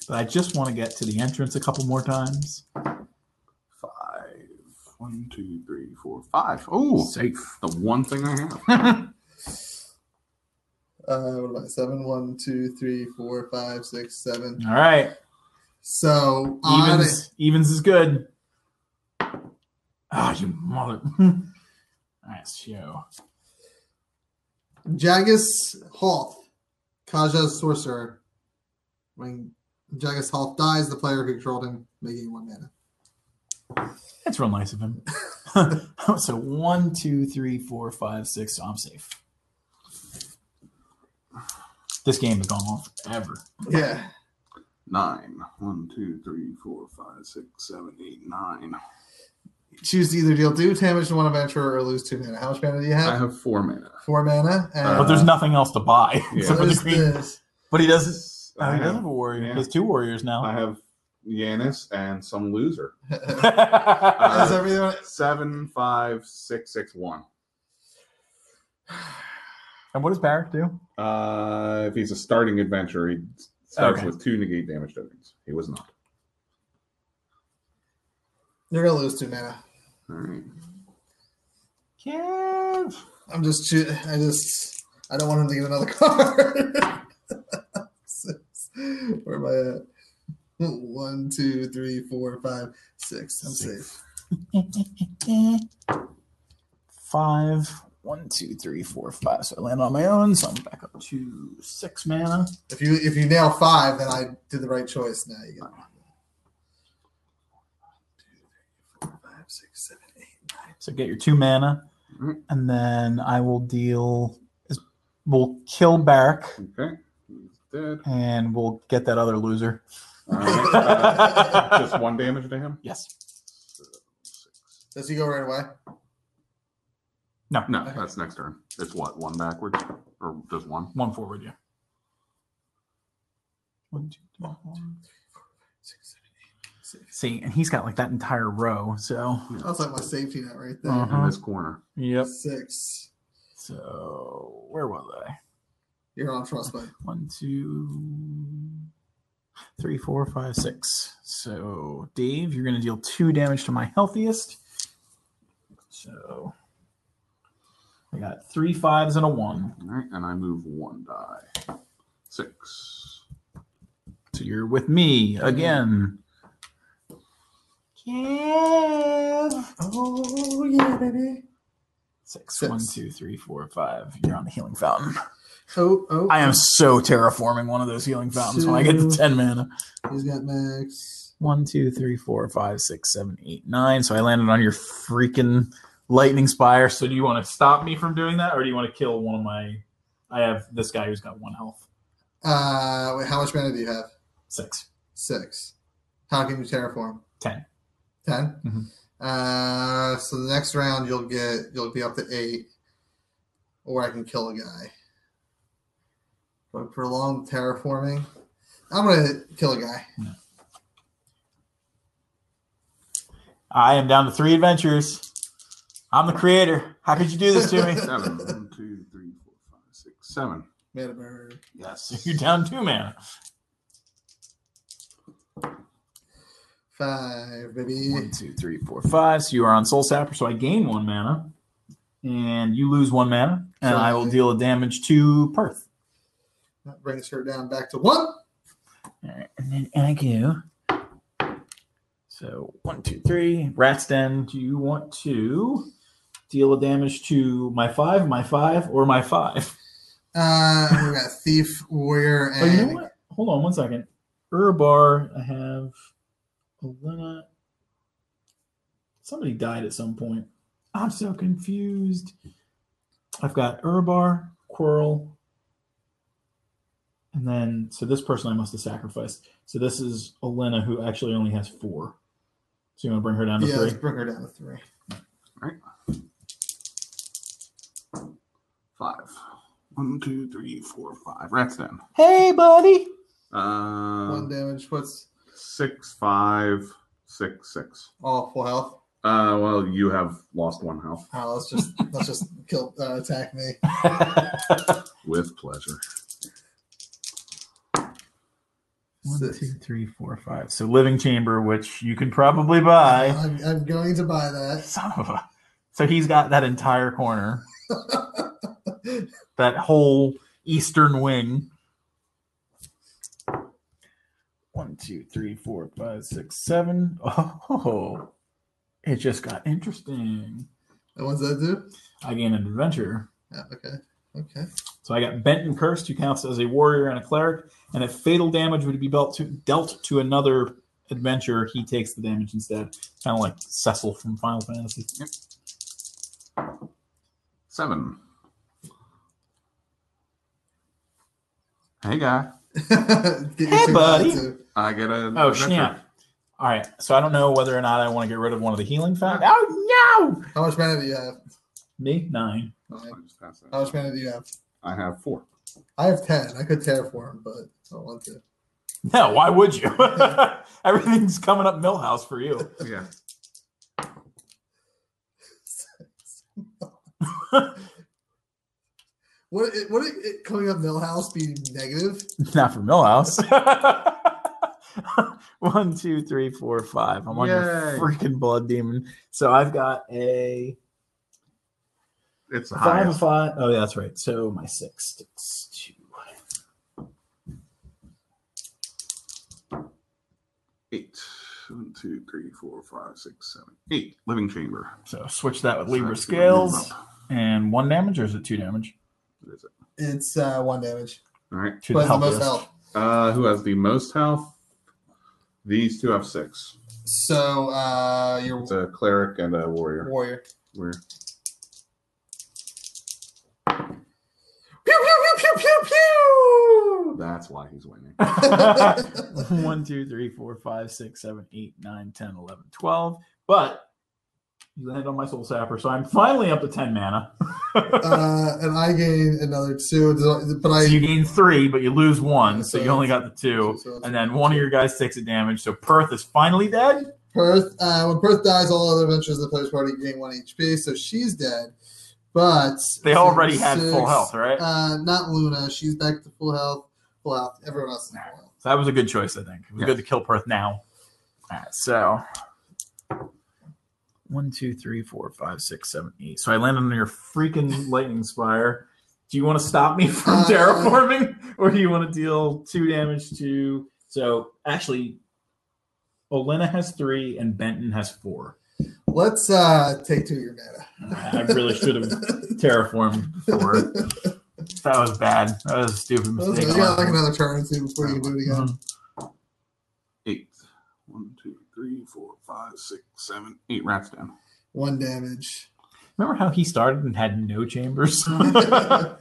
But I just want to get to the entrance a couple more times.
[laughs] Five. One, two, three, four, five. Oh, safe. The one thing I have. [laughs]
Uh, what about seven? One, two, three, four, five, six, seven.
All right.
So on
Evens, evens is good. Ah, you mother. [laughs] nice show.
Jagus Hoth, Kaja's sorcerer. When Jagus Hoth dies, the player who controlled him may gain one mana.
That's real nice of him. [laughs] so one, two, three, four, five, six. I'm safe. This game has gone on forever.
Yeah.
Nine. One, two, three, four, five, six, seven, eight, nine.
Choose to either deal two damage to one adventurer or lose two mana. How much mana do you have?
I have four mana.
Four mana. And
Uh, But there's nothing else to buy.
Uh-huh.
[laughs]
Yeah.
except for the
there's
green.
the-
But he doesn't. Oh,
I
he does have
have,
a warrior.
Yeah.
He has two warriors
I [laughs]
now. [laughs]
have Yanis and some loser.
Is everyone
Seven, five, six, six, one.
and what does Barrack do?
Uh, if he's a starting adventurer, he starts
Okay.
with two negate damage tokens. He was not.
You're gonna lose two mana.
All right.
Kev.
I'm just. choo- I just. I don't want him to get another [laughs] card. Six. Where am I at? One, two, three, four, five, six. I'm safe.
five. One, two, three, four, five. So I land on my own. So I'm back up to six mana.
If you if you nail five, then I did the right choice. Now you get. Five, six, seven, eight.
So get your two mana,
Mhm.
and then I will deal. is- We'll kill Barrack,
Okay. He's dead.
and we'll get that other loser.
All right. [laughs] Uh, just one damage to him?
Yes.
Does he go right away?
No, that's next turn. It's what? One backwards? Or just one?
One forward, yeah. One, two, three, four. See, and he's got like that entire row. So.
That's like my safety net right there.
In
Uh-huh.
this corner.
Yep.
Six.
So where was I?
You're on frostbite.
One, two, three, four, five, six. So, Dave, you're going to deal two damage to my healthiest. So, I got three fives and a one.
All right. And I move one die. Six.
So, you're with me again. Yeah.
Oh yeah, baby.
Six.
Six.
One, two, three, four, five. You're on the healing fountain.
Oh oh.
I am so terraforming one of those healing fountains when I get to
Two.
10 mana.
He's got max.
One, two, three, four, five, six, seven, eight, nine. So I landed on your freaking lightning spire. So do you want to stop me from doing that, or do you want to kill one of my? I have this guy who's got one health,
Uh, wait, how much mana do you have?
six.
Six. How can you terraform?
10.
10
Mhm.
Mm-hmm.
Uh, so the next round you'll get you'll be up to eight, or I can kill a guy. But prolonged terraforming, I'm gonna kill a guy.
I am down to three adventures. I'm the creator. How could you do this
[laughs]
to me? [laughs]
Seven. One, two, three, four, five, six, seven.
Mana bird.
Yes. You're down two mana.
Five, baby.
One, two, three, four, five. So you are on Soul Sapper. So I gain one mana, and you lose one mana, and I will deal a damage to Perth.
That brings her down back to one.
All right, and then I go. So one, two, three. Rat's Den. Do you want to deal a damage to my five, my five, or my five?
Uh, we got thief, warrior,
[laughs] Oh, you know
and
what? Hold on one second. Urbar. I have Olena. Somebody died at some point. I'm so confused. I've got Urbar, Quirrell, and then so this person I must have sacrificed. So this is Olena, who actually only has four. So you want to bring her down to
yeah, let's
three?
bring her down to three.
Five. One, two, three, four, five. Rat's down.
Hey, buddy.
Uh,
Um,
one damage. What's
six, five, six, six.
all full health?
Uh, well, you have lost one health
Oh, let's just let's just kill uh, attack me.
with pleasure.
One, two, three, four, five. So living chamber, which you can probably buy.
I'm, I'm going to buy that.
Son of a. So he's got that entire corner, that whole eastern wing. One, two, three, four, five, six, seven. Oh, it just got interesting.
And what's that do?
I gain an adventure.
Yeah, okay, okay.
So I got bent and cursed, who counts as a warrior and a cleric, and if fatal damage would be dealt to, dealt to another adventurer, he takes the damage instead. Kind of like Cecil from Final Fantasy.
Seven. Hey, guy.
[laughs] Get your
Hey,
two
buddy.
too.
I get a.
Oh, snap. All right. So I don't know whether or not I want to get rid of one of the healing factors. Oh, no.
How much mana do you have?
Me? Nine.
Nine. How
I,
much mana do you have?
I have four.
I have ten. I could terraform, but I don't want to.
No, why would you? [laughs] Everything's coming up Millhouse for you.
Yeah.
Would it, would it, it coming up Millhouse be negative?
[laughs] Not for [laughs] Millhouse. One, two, three, four, five. I'm on your
Yay.
freaking blood demon. So I've got a
It's the
five of
highest.
five. Oh, yeah, that's right. So my six sticks to
Eight. One, two, three, four, five, six, seven, eight. Living chamber.
so switch that with Libra
That's gonna move
scales
up.
and one damage, or is it two damage?
What is it?
It's uh, one damage.
All right.
To
Who has the most
helpless.
health?
Uh, who has the most health? These two have six.
So uh, your
It's a cleric and a warrior.
warrior.
Warrior.
Pew pew pew pew pew pew.
That's why he's winning.
[laughs] One, two, three, four, five, six, seven, eight, nine, ten, eleven, twelve. But you landed on my soul sapper, so I'm finally up to ten mana.
Uh, and I gain another two, but I
So you gain three, but you lose one, so you only got the two.
So it's-
And then one of your guys takes a damage, so Perth is finally dead.
Perth. Uh, when Perth dies, all other adventures in the player's party gain one HP, so she's dead. But
They already had
six-
full health, right?
Uh, not Luna. She's back to full health. Full health. Everyone else is full health.
So that was a good choice, I think. It was
Yeah.
good to kill Perth now. All right, so one, two, three, four, five, six, seven, eight. So I landed on your freaking lightning spire. Do you want to stop me [laughs] from
Uh,
terraforming, [laughs] or do you want to deal two damage to? So actually, Olena has three and Benton has four.
Let's uh, take two of your mana. [laughs]
I really should have [laughs] terraformed four. That was bad. That was a stupid
Let's-
mistake.
You got like another turn or two before you can do it
Mm-hmm.
again.
Eight. One, two, three, four, five, six, seven, eight. Rats down.
One damage.
Remember how he started and had no [laughs] chambers?
Uh,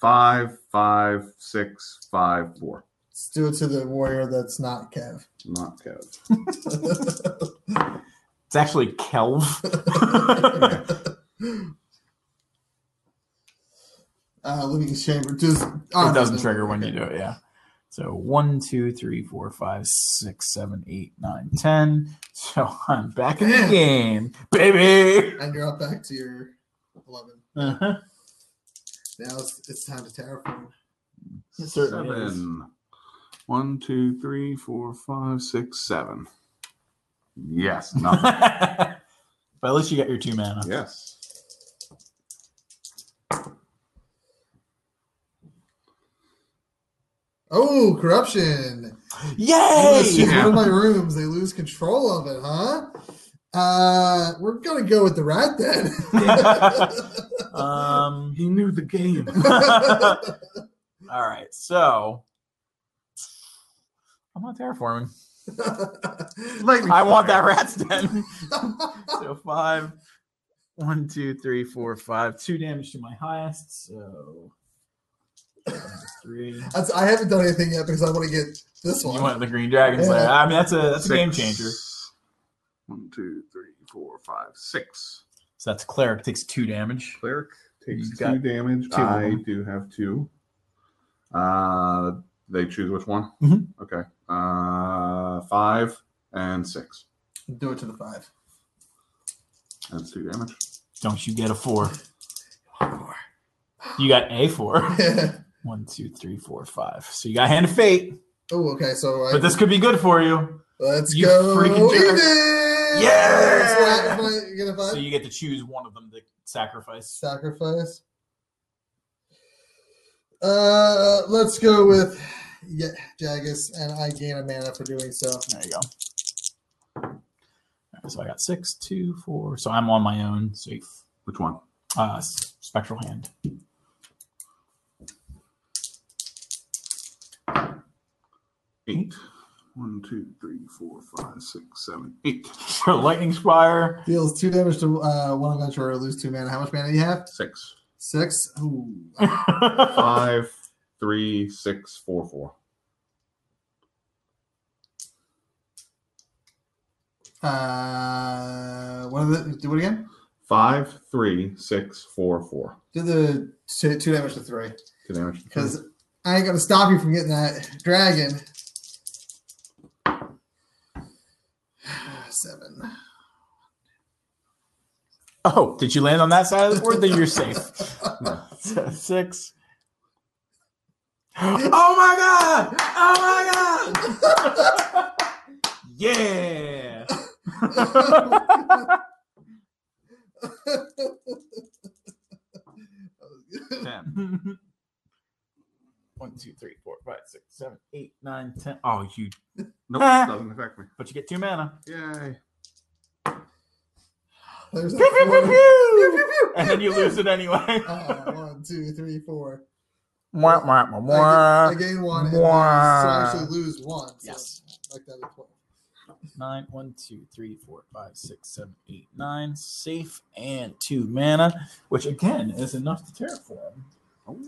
five, five, six, five, four.
Let's do it to the warrior that's not Kev.
Not Kev.
[laughs]
[laughs] It's actually Kelv.
uh, living chamber. Does oh,
it doesn't trigger when you do it, yeah. So one, two, three, four, five, six, seven, eight, nine, ten. So I'm back in the game, baby.
And you're up back to your 11.
Uh-huh.
Now it's, it's time to terraform.
It certainly is.
Seven. One, two, three, four, five, six, seven. Yes, [laughs] nothing.
[laughs] But at least you got your two mana.
yes.
Oh, corruption. Unless
Yay!
you go to my rooms, they lose control of it, huh? Uh, we're gonna go with the rat then. [laughs]
[laughs] um. [laughs]
He knew the game.
all right, so I'm not terraforming.
like
I want that rat's den. so five, one, two, three, four, five. Two damage to my highest. So uh, three.
That's, I haven't done anything yet because I want to get this
You
one.
want the green dragon slayer? I mean, that's a that's a game
Six.
changer.
One, two, three, four, five, six.
So that's cleric takes two damage.
Cleric takes
You've
two
got
damage.
two of
I
them.
do have two. Uh, they choose which one.
Mhm.
Okay. Uh, five and six.
Do it to the five.
That's two damage.
Don't you get a four? You got a four. [laughs] One, two, three, four, five. So you got hand of fate,
[laughs] oh, okay. So I,
but this could be good for you.
let's
you
go.
freaking jerk.
Even!
Yeah!
That's what happens when I get a five.
So you get to choose one of them to sacrifice.
sacrifice. Uh, let's go with yeah, Jagus, and I gain a mana for doing so.
There you go. All right, so I got six, two, four. So I'm on my own. So you
Which one?
Uh, s- spectral hand. [laughs]
Eight. One, two, three, four, five, six, seven, eight.
So lightning spire. [laughs]
Deals two damage to uh, one adventurer, or lose two mana. How much mana do you have?
Six.
Six. Ooh.
Five, three, six, four, four.
Uh, one of the do it again.
Five, three, six, four, four.
Do the two, two damage to three
Two damage. to
because I ain't gonna stop you from getting that dragon. [sighs] Seven.
oh, did you land on that side of the board? then you're safe. So [laughs] Six. Oh my god! Oh my god! [laughs] yeah! [laughs]
Ten.
[laughs] One, two, three, four, five, six, seven, eight, nine, ten. Oh, you!
Nope, doesn't affect me.
But you get two mana.
Yay.
There's a
[laughs] Pew, pew, pew,
four.
[laughs] pew! And then you lose it anyway.
Uh, one, two, three, four.
Wah, wah, wah,
I,
wah.
get, I gain one. And
Wah.
I so I actually lose one. So
Yes.
Like that is twelve.
Nine, one, two, three, four, five, six, seven, eight, nine. Safe and two mana, which again is enough to terraform.
Oh.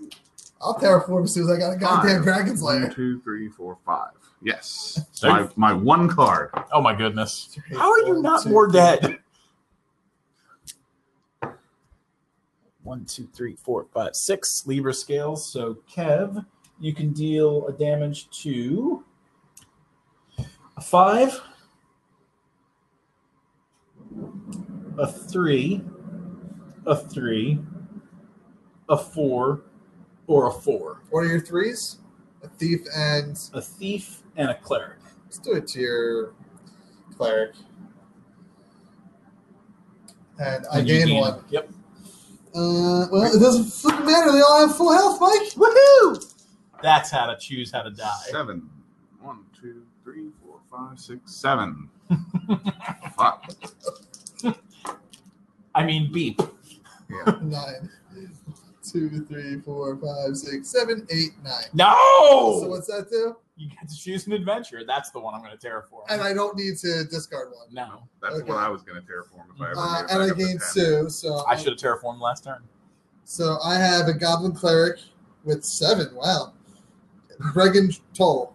I'll terraform as soon as I got a goddamn
Five.
dragon's
One,
lair.
two, three, four, five. Yes.
There
My,
you-
my one card.
Oh my goodness! How are you not more
dead?
dead? One, two, three, four, five, six Libra scales. So Kev, you can deal a damage to a five, a three, a three, a four, or a four.
What are your threes? A thief and
A thief and a cleric.
let's do it to your cleric. And I
And you
gain one.
Yep.
Uh, well, it doesn't fucking matter. They all have full health, Mike.
Woohoo! That's how to choose how to die.
Seven. One, two, three, four, five, six, seven. Fuck.
I mean, beep.
Yeah.
Nine. Two, three, four, five, six, seven, eight, nine.
No!
So what's that do?
you get to choose an adventure. That's the one I'm going to terraform.
And I don't need to discard one.
no,
That's
Okay.
what I was going to terraform if I ever
Uh,
made it
and
back
I
up to
gained
10.
two, so
I should have terraformed last turn.
So I have a goblin cleric with seven. Wow, Bregan toll.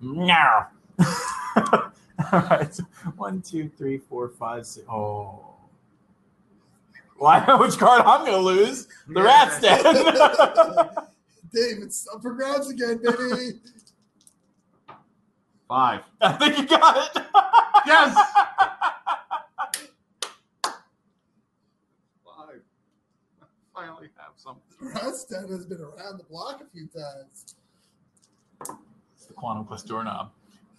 No. [laughs] All right. So one, two, three, four, five, six. Oh. Well, I know which card I'm going to lose. The rat's
[laughs]
dead. [laughs]
Dave, it's up for grabs again, baby. [laughs]
Five.
I think you got it. [laughs]
Yes. Five. Finally have something.
Rastan has been around the block a few times.
It's the Quantum Quest doorknob.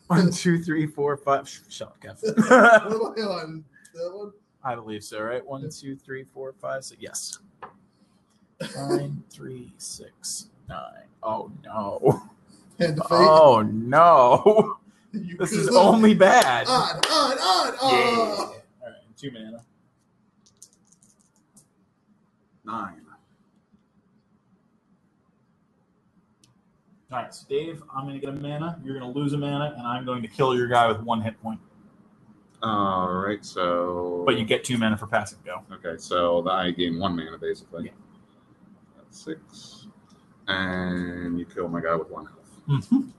One, two, three, four, five. Sh- Shut up, Kevin.
[laughs] what am I on? That one?
I believe so, right? One, two, three, four, five, six. Yes. Nine, three, six, nine. Oh no.
Hand to fate.
Oh no.
[laughs]
[laughs]
You [laughs]
This
could've
is
lived.
only bad.
On, on, on,
Yeah.
on.
All right, two mana.
Nine.
All right, so Dave, I'm going to get a mana. You're going to lose a mana, and I'm going to kill your guy with one hit point.
All right. So.
But you get two mana for passing go.
Okay, so the, I gain one mana basically.
Yeah.
That's six, and you kill my guy with one health.
Mhm.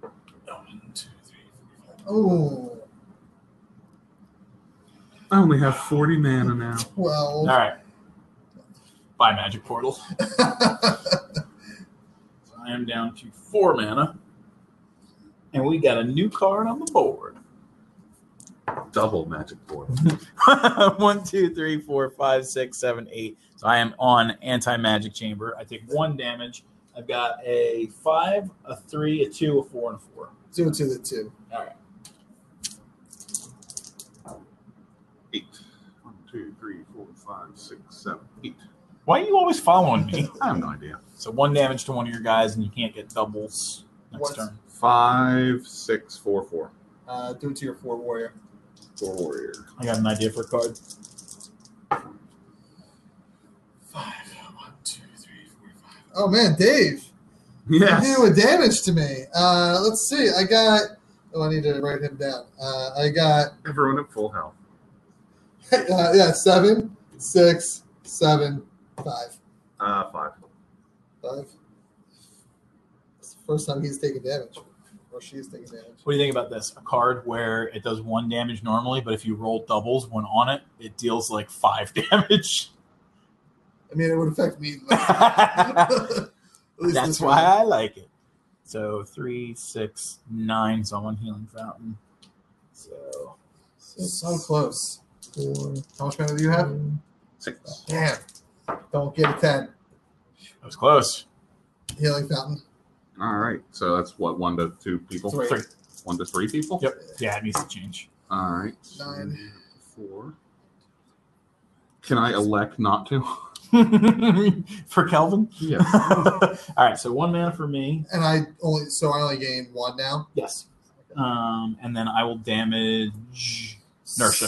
One, two, three, four, five.
Oh,
I only have forty mana now.
12.
All right. Bye, magic [laughs] portal. So I am down to four mana, and we got a new card on the board. [laughs]
Double magic board.
one, two, three, four, five, six, seven, eight. So I am on anti magic chamber. I take one damage. I've got a five, a three, a two, a four, and a four.
two to the two.
Eight. One, two, three, four, five, six, seven, eight.
Why are you always following [laughs] me?
I have no idea.
so one damage to one of your guys, and you can't get doubles next
What's-
turn.
Five, six, four, four.
Uh, do it to your four warrior.
Four warrior.
I got an idea for a card.
Oh, man, Dave. You do a damage to me. Uh, let's see. I got. Oh, I need to write him down. Uh, I got. [laughs]
Everyone at full health.
Uh, yeah, seven, six, seven, five.
Uh, five.
Five. It's the first time he's taken damage. Or she's taking damage.
What do you think about this? A card where it does one damage normally, but if you roll doubles when on it, it deals like five [laughs] damage.
I mean, it would affect me. [laughs] At
That's
least
That's
this
why
round.
I like it. So three, six, nine. So I'm on healing fountain. So
So close. Four. How much mana do you have?
Six.
Damn. Don't get a 10.
that was close.
Healing Fountain.
All right. So that's what one to two people.
Three.
Three.
One to three people.
Yep. Yeah, it needs to change.
All right.
Nine.
Four. Can I elect not to?
[laughs] for Kelvin. [laughs]
Yeah.
All right. So one mana for me.
And I only, so I only gain one now.
Yes. Um, and then I will damage. Inertia.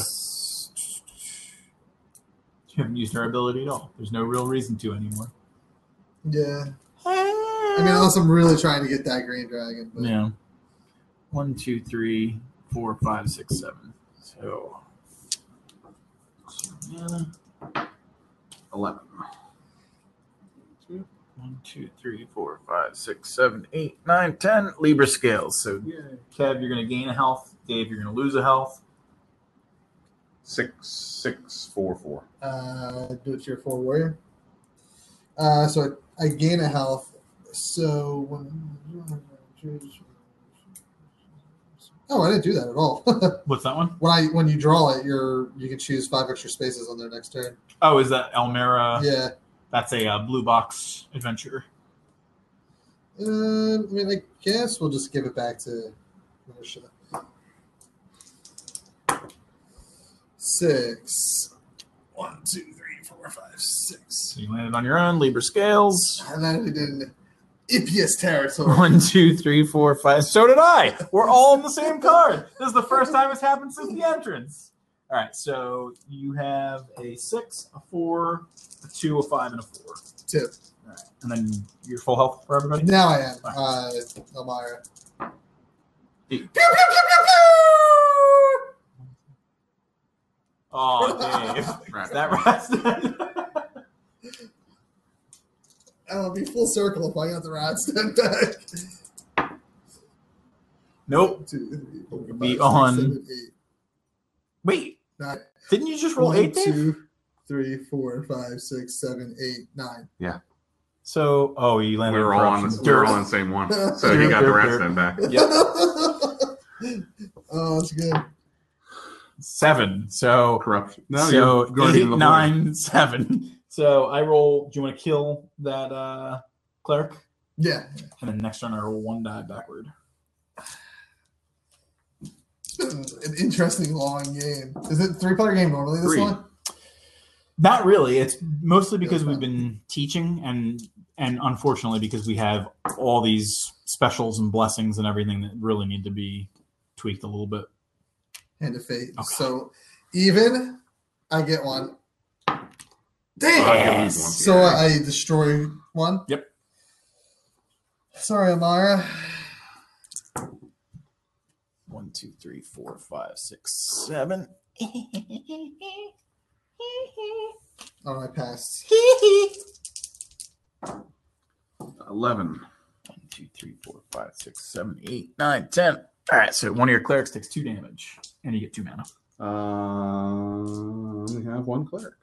You [laughs] haven't used her ability at all. There's no real reason to anymore.
Yeah. I mean, unless I'm really trying to get that green dragon. But
Yeah. One, two, three, four, five, six, seven. So. two mana.
[laughs] Eleven.
One, two, three, four, five, six, seven, eight, nine, ten. Libra scales. So, Kev, you're going to gain a health. Dave, you're going to lose a health.
Six, six, four, four.
Uh, do it to your four warrior. Uh, so I, I gain a health. So when. Oh, I didn't do that at all. [laughs]
What's that one?
when I when you draw it, you're you can choose five extra spaces on their next turn.
Oh, is that Elmira?
yeah.
That's a uh, blue box adventure.
Uh, I mean, I guess we'll just give it back to Marsha. Six. One, two, three, four, five, six.
So you landed on your own. Libra scales.
I landed in Ipius
[laughs]
territory.
One, two, three, four, five. So did I. We're all on the same card. This is the first time it's happened since the entrance. All right, so you have a six, a four, a two, a five, and a four.
Two.
All right, and then your full health for everybody.
Now I am uh, Elmira.
Oh, Dave,
Right.
that rest. [laughs]
And I'll be full circle if I got the rod step back.
nope.
Two, three, four,
Be
five, six,
on.
seven, eight.
Wait,
nine.
Didn't you just roll
One,
eight, Dave?
two, three, four, five, six, seven, eight, nine.
Yeah.
So, oh, you landed.
We were
on
all on the,
corruption.
we were
Dirt.
all on the same one. So he got the rest of them [laughs] back.
Yep.
[laughs] Oh, that's good.
Seven. So
corruption.
No,
No,
so
you're guardian
eight,
of the
nine, seven. So I roll. Do you want to kill that uh, cleric?
Yeah.
And then next turn I roll one die backward.
This is an interesting long game. Is it three player game normally this
Three.
long?
Not really. It's mostly because we've been teaching and and unfortunately because we have all these specials and blessings and everything that really need to be tweaked a little bit.
Hand of fate. So even I get one. Damn.
I'll give you Oh, one.
So I destroy one.
Yep.
Sorry, Amara.
One, two, three, four, five, six, seven.
Oh, I passed.
Eleven.
One, two, three, four, five, six, seven, eight, nine, ten. All right, so one of your clerics takes two damage, and you get two mana.
Uh, we have one cleric.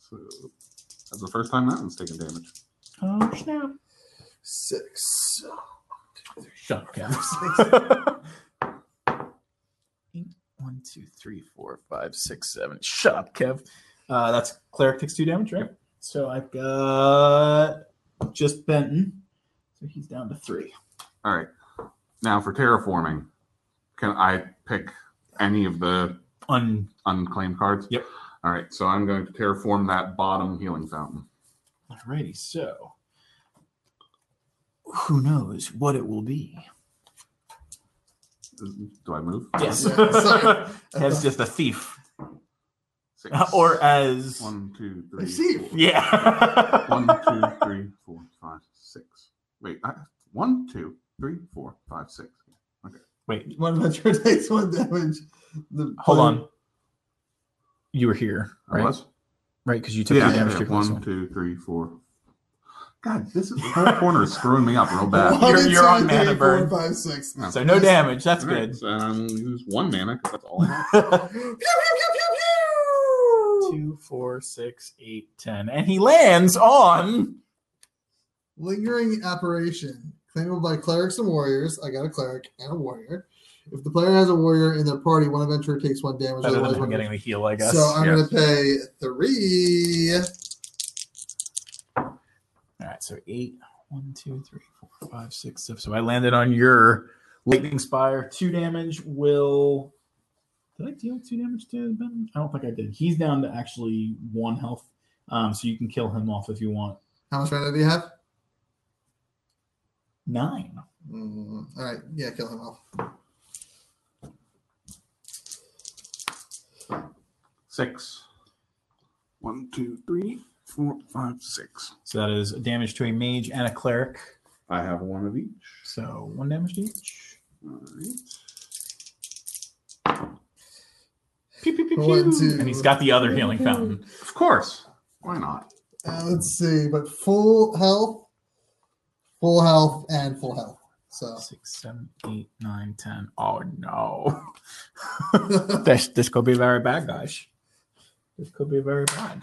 So that's the first time that one's taken damage.
Oh snap!
Six.
Shut up, Cap. [laughs] One, two, three, four, five, six, seven. Shut up, Kev. Uh, that's cleric takes two damage, right? So I've got just Benton. So he's down to three.
All right. Now for terraforming, can I pick any of the
Un-
unclaimed cards?
Yep.
All right. So I'm going to terraform that bottom healing fountain.
Alrighty, so who knows what it will be?
Do I move?
Yes.
Yeah, sorry.
[laughs] as just a thief.
Six.
Or
uh,
as
one, two,
A
three,
thief.
four.
Yeah. [laughs]
one, two, three, four, five, six. Wait, I, one, two, three, four, five, six. Okay.
Wait.
One Metro takes one damage. The
Hold on. You were here,
I
right?
was.
Right, because you took
yeah,
the damage.
yeah,
taken this
One,
one.
two, three, four. God, this is the whole corner is screwing me up real [laughs]
[laughs]
bad.
One,
You're- you're
two,
on
three,
mana
four,
burn.
five, six.
No.
So no damage. That's
All right,
good.
So I'm gonna um, use one mana 'cause that's all I have.
Pew, pew, pew, pew, pew.
Two, four, six, eight, ten, and he lands on.
Lingering apparition, claimable by clerics and warriors. I got a cleric and a warrior. If the player has a warrior in their party, one adventurer takes one damage.
Better than
otherwise
him
one-
getting the heal, I guess.
so I'm
yeah.
going to pay three.
All right, so eight, one, two, three, four, five, six, seven. So I landed on your lightning spire. Two damage will. Did I deal two damage to Ben? I don't think I did. He's down to actually one health. Um, so you can kill him off if you want.
How much mana do you have?
Nine.
Mm, all right, yeah, kill him off.
Six. One, two, three, four, five, six.
So that is damage to a mage and a cleric.
I have one of each.
So one damage to each.
All right.
Pew, pew, pew,
One,
pew.
two.
And he's got the other healing fountain.
Of course. Why not?
Uh, let's see, but full health, full health, and full health. So
Six, seven, eight, nine, ten. Oh no. [laughs] this this could be very bad, guys. This could be very bad.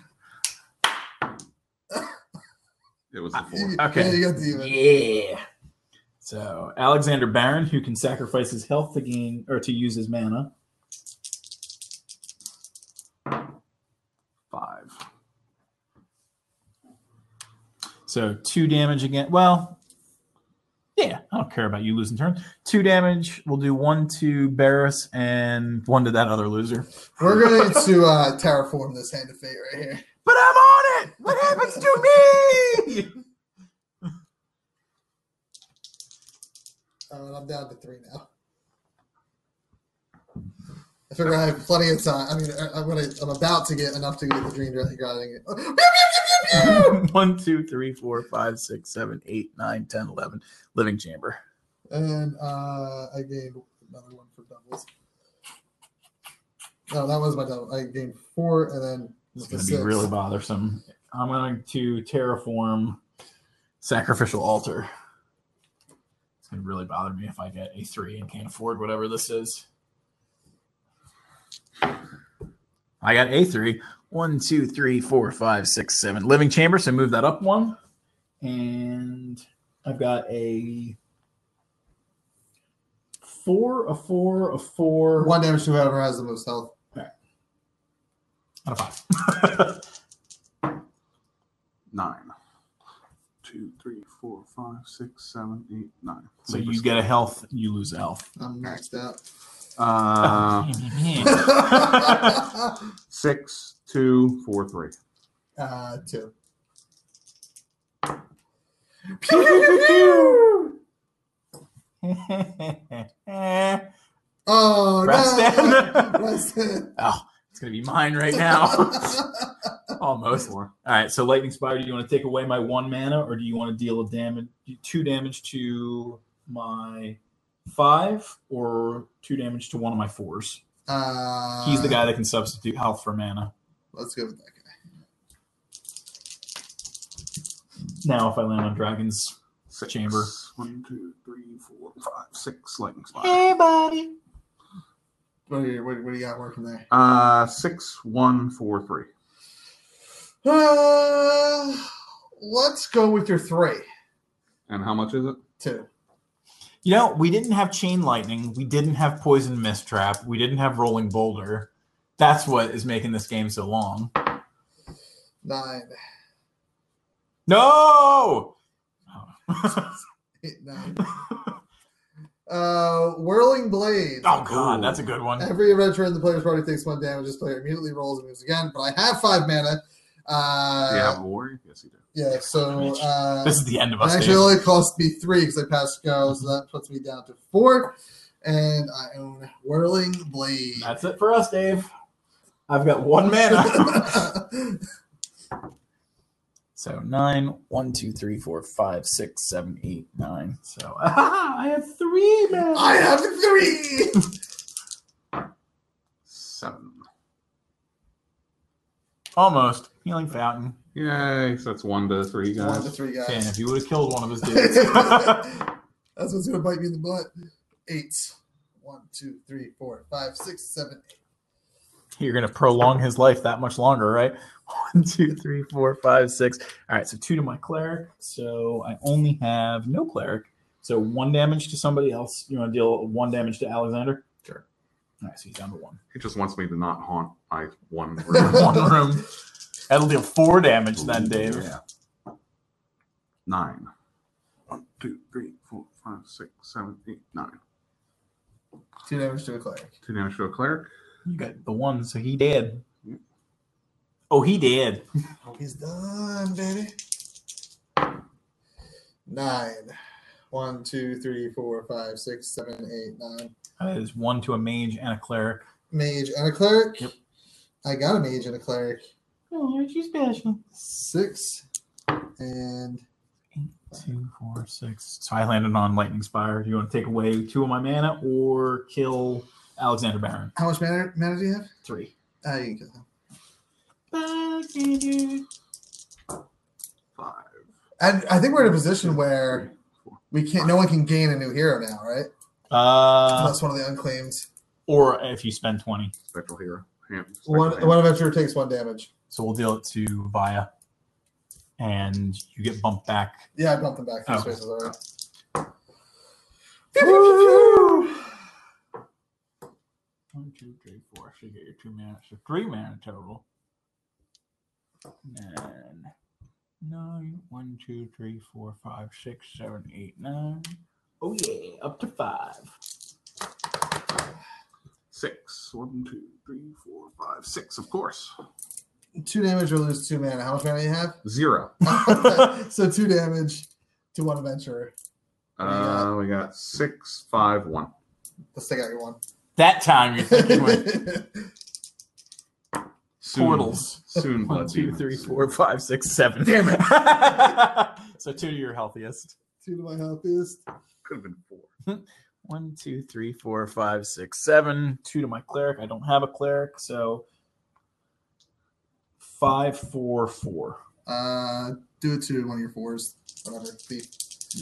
It was the four.
Okay.
Yeah, you got the even.
Yeah. So Alexander Baron, who can sacrifice his health to gain or to use his mana.
Five.
So two damage again. Well, yeah, I don't care about you losing turn. Two damage. We'll do one to Barris and one to that other loser.
We're going to uh, terraform this hand of fate right here.
But I'm on it. What happens to me? [laughs]
Uh, and I'm down to three now. I figure I have plenty of time. I mean, I, I'm gonna, I'm about to get enough to get the dream dra- [laughs] driving.
[laughs] one, two, three, four, five, six, seven, eight, nine, ten, eleven. Living chamber.
And uh, I gained another one for doubles. No, that was my double. I gained four, and then
It's
the
going to be
six.
really bothersome. I'm going to terraform sacrificial altar. It's going to really bother me if I get a three and can't afford whatever this is. I got A3. One, two, three, four, five, six, seven. Living chamber, so move that up one. And I've got a four, a four, a four.
One damage to whoever has the most health.
Out of five.
Nine. Two, three, four, five, six, seven, eight, nine.
So you get a health, you lose a health.
I'm maxed
[laughs]
out.
[laughs]
Uh, six, two, four, three.
Uh, two. Oh,
[laughs]
Rastan.
no. Rastan.
Oh, [laughs] it's gonna be mine right now. [laughs] Almost. All right. So lightning spider, do you want to take away my one mana, or do you want to deal a damage, two damage to my five, or two damage to one of my fours?
Uh,
He's the guy that can substitute health for
Uh,
mana.
Let's go with that guy.
Now, if I land on dragon's chamber,
One, two, three, four, five, six lightning spot.
hey buddy.
What do you, what, what do you got working there?
Uh, six, one, four, three.
Uh, let's go with your three.
And how much is it?
Two.
You know, we didn't have chain lightning. We didn't have poison mist trap. We didn't have rolling boulder. That's what is making this game so long.
Nine.
No.
Eight, nine. Uh, Whirling Blade.
Oh god, that's a good one.
Every adventure in the player's party takes one damage. This player immediately rolls and moves again, but I have five mana.
Do you
Uh,
have a warrior? Yes, you do.
yeah. so uh,
This is the end of us.
it actually
Dave.
only cost me three because I passed go, so that puts me down to four. And I own Whirling Blade.
That's it for us, Dave. I've got one
[laughs]
mana. so nine, one, two, three, four, five, six, seven, eight, nine. So [laughs] I have three mana.
I have three.
Seven.
Almost healing fountain.
Yay! So that's one to three
One of
guys.
the three
Dan,
guys.
if you would have killed one of us, dudes.
[laughs] That's what's gonna bite me in the butt. Eight. One, two, three, four, five, six, seven, eight.
You're gonna prolong his life that much longer, right? [laughs] One, two, three, four, five, six. All right, so two to my cleric. So I only have no cleric. So one damage to somebody else. You want to deal one damage to Alexander? Sure. All right, so he's down to one. [laughs]
He just wants me to not haunt my one.
one room. That'll deal four damage then, Dave.
Yeah. Nine. One, two, three, four, five, six, seven, eight, nine.
Two damage to a cleric.
Two damage to a cleric.
You got the one, so he dead. Oh, he dead.
He's done, baby. Nine. One, two, three, four, five, six, seven, eight, nine.
That is one to a mage and a cleric.
Mage and a cleric. Yep. I got a mage and a cleric.
Oh, aren't you special?
Six. And
Two, four, six. So I landed on Lightning Spire. Do you want to take away two of my mana or kill Alexander Baron?
how much mana, mana do you have?
Three. Uh,
Uh, you can kill him.
Five.
And I think we're in a position where we can't. No one can gain a new [laughs] hero now, right?
Uh,
That's one of the unclaimed.
or if you spend 20.
Spectral hero. Ham, spectral
One
ham.
one adventurer takes one damage.
So we'll deal it to Via. And you get bumped back.
Yeah, I bumped them back three
Oh.
spaces already.
One, two, three, four. So you get your two mana. So three mana total. And nine. One, two, three, four, five, six, seven, eight, nine. Oh, yeah. Up to five.
Six. One, two, three, four, five, six. Of course.
Two damage or lose two mana. How much mana do you [laughs] have?
Zero.
so two damage to one adventurer.
Uh, we got six, five, one.
Let's take out your one.
That time you're thinking with
[laughs]
Soon.
portals. One,
Soon, blood
two,
demon.
three,
Soon.
four, five, six, seven. Damn it. [laughs] so two to your healthiest.
two to my healthiest.
Could have been four.
One, two, three, four, five, six, seven. Two to my cleric. I don't have a cleric, so five, four, four.
Uh, do it to one of your fours. Whatever. Thief.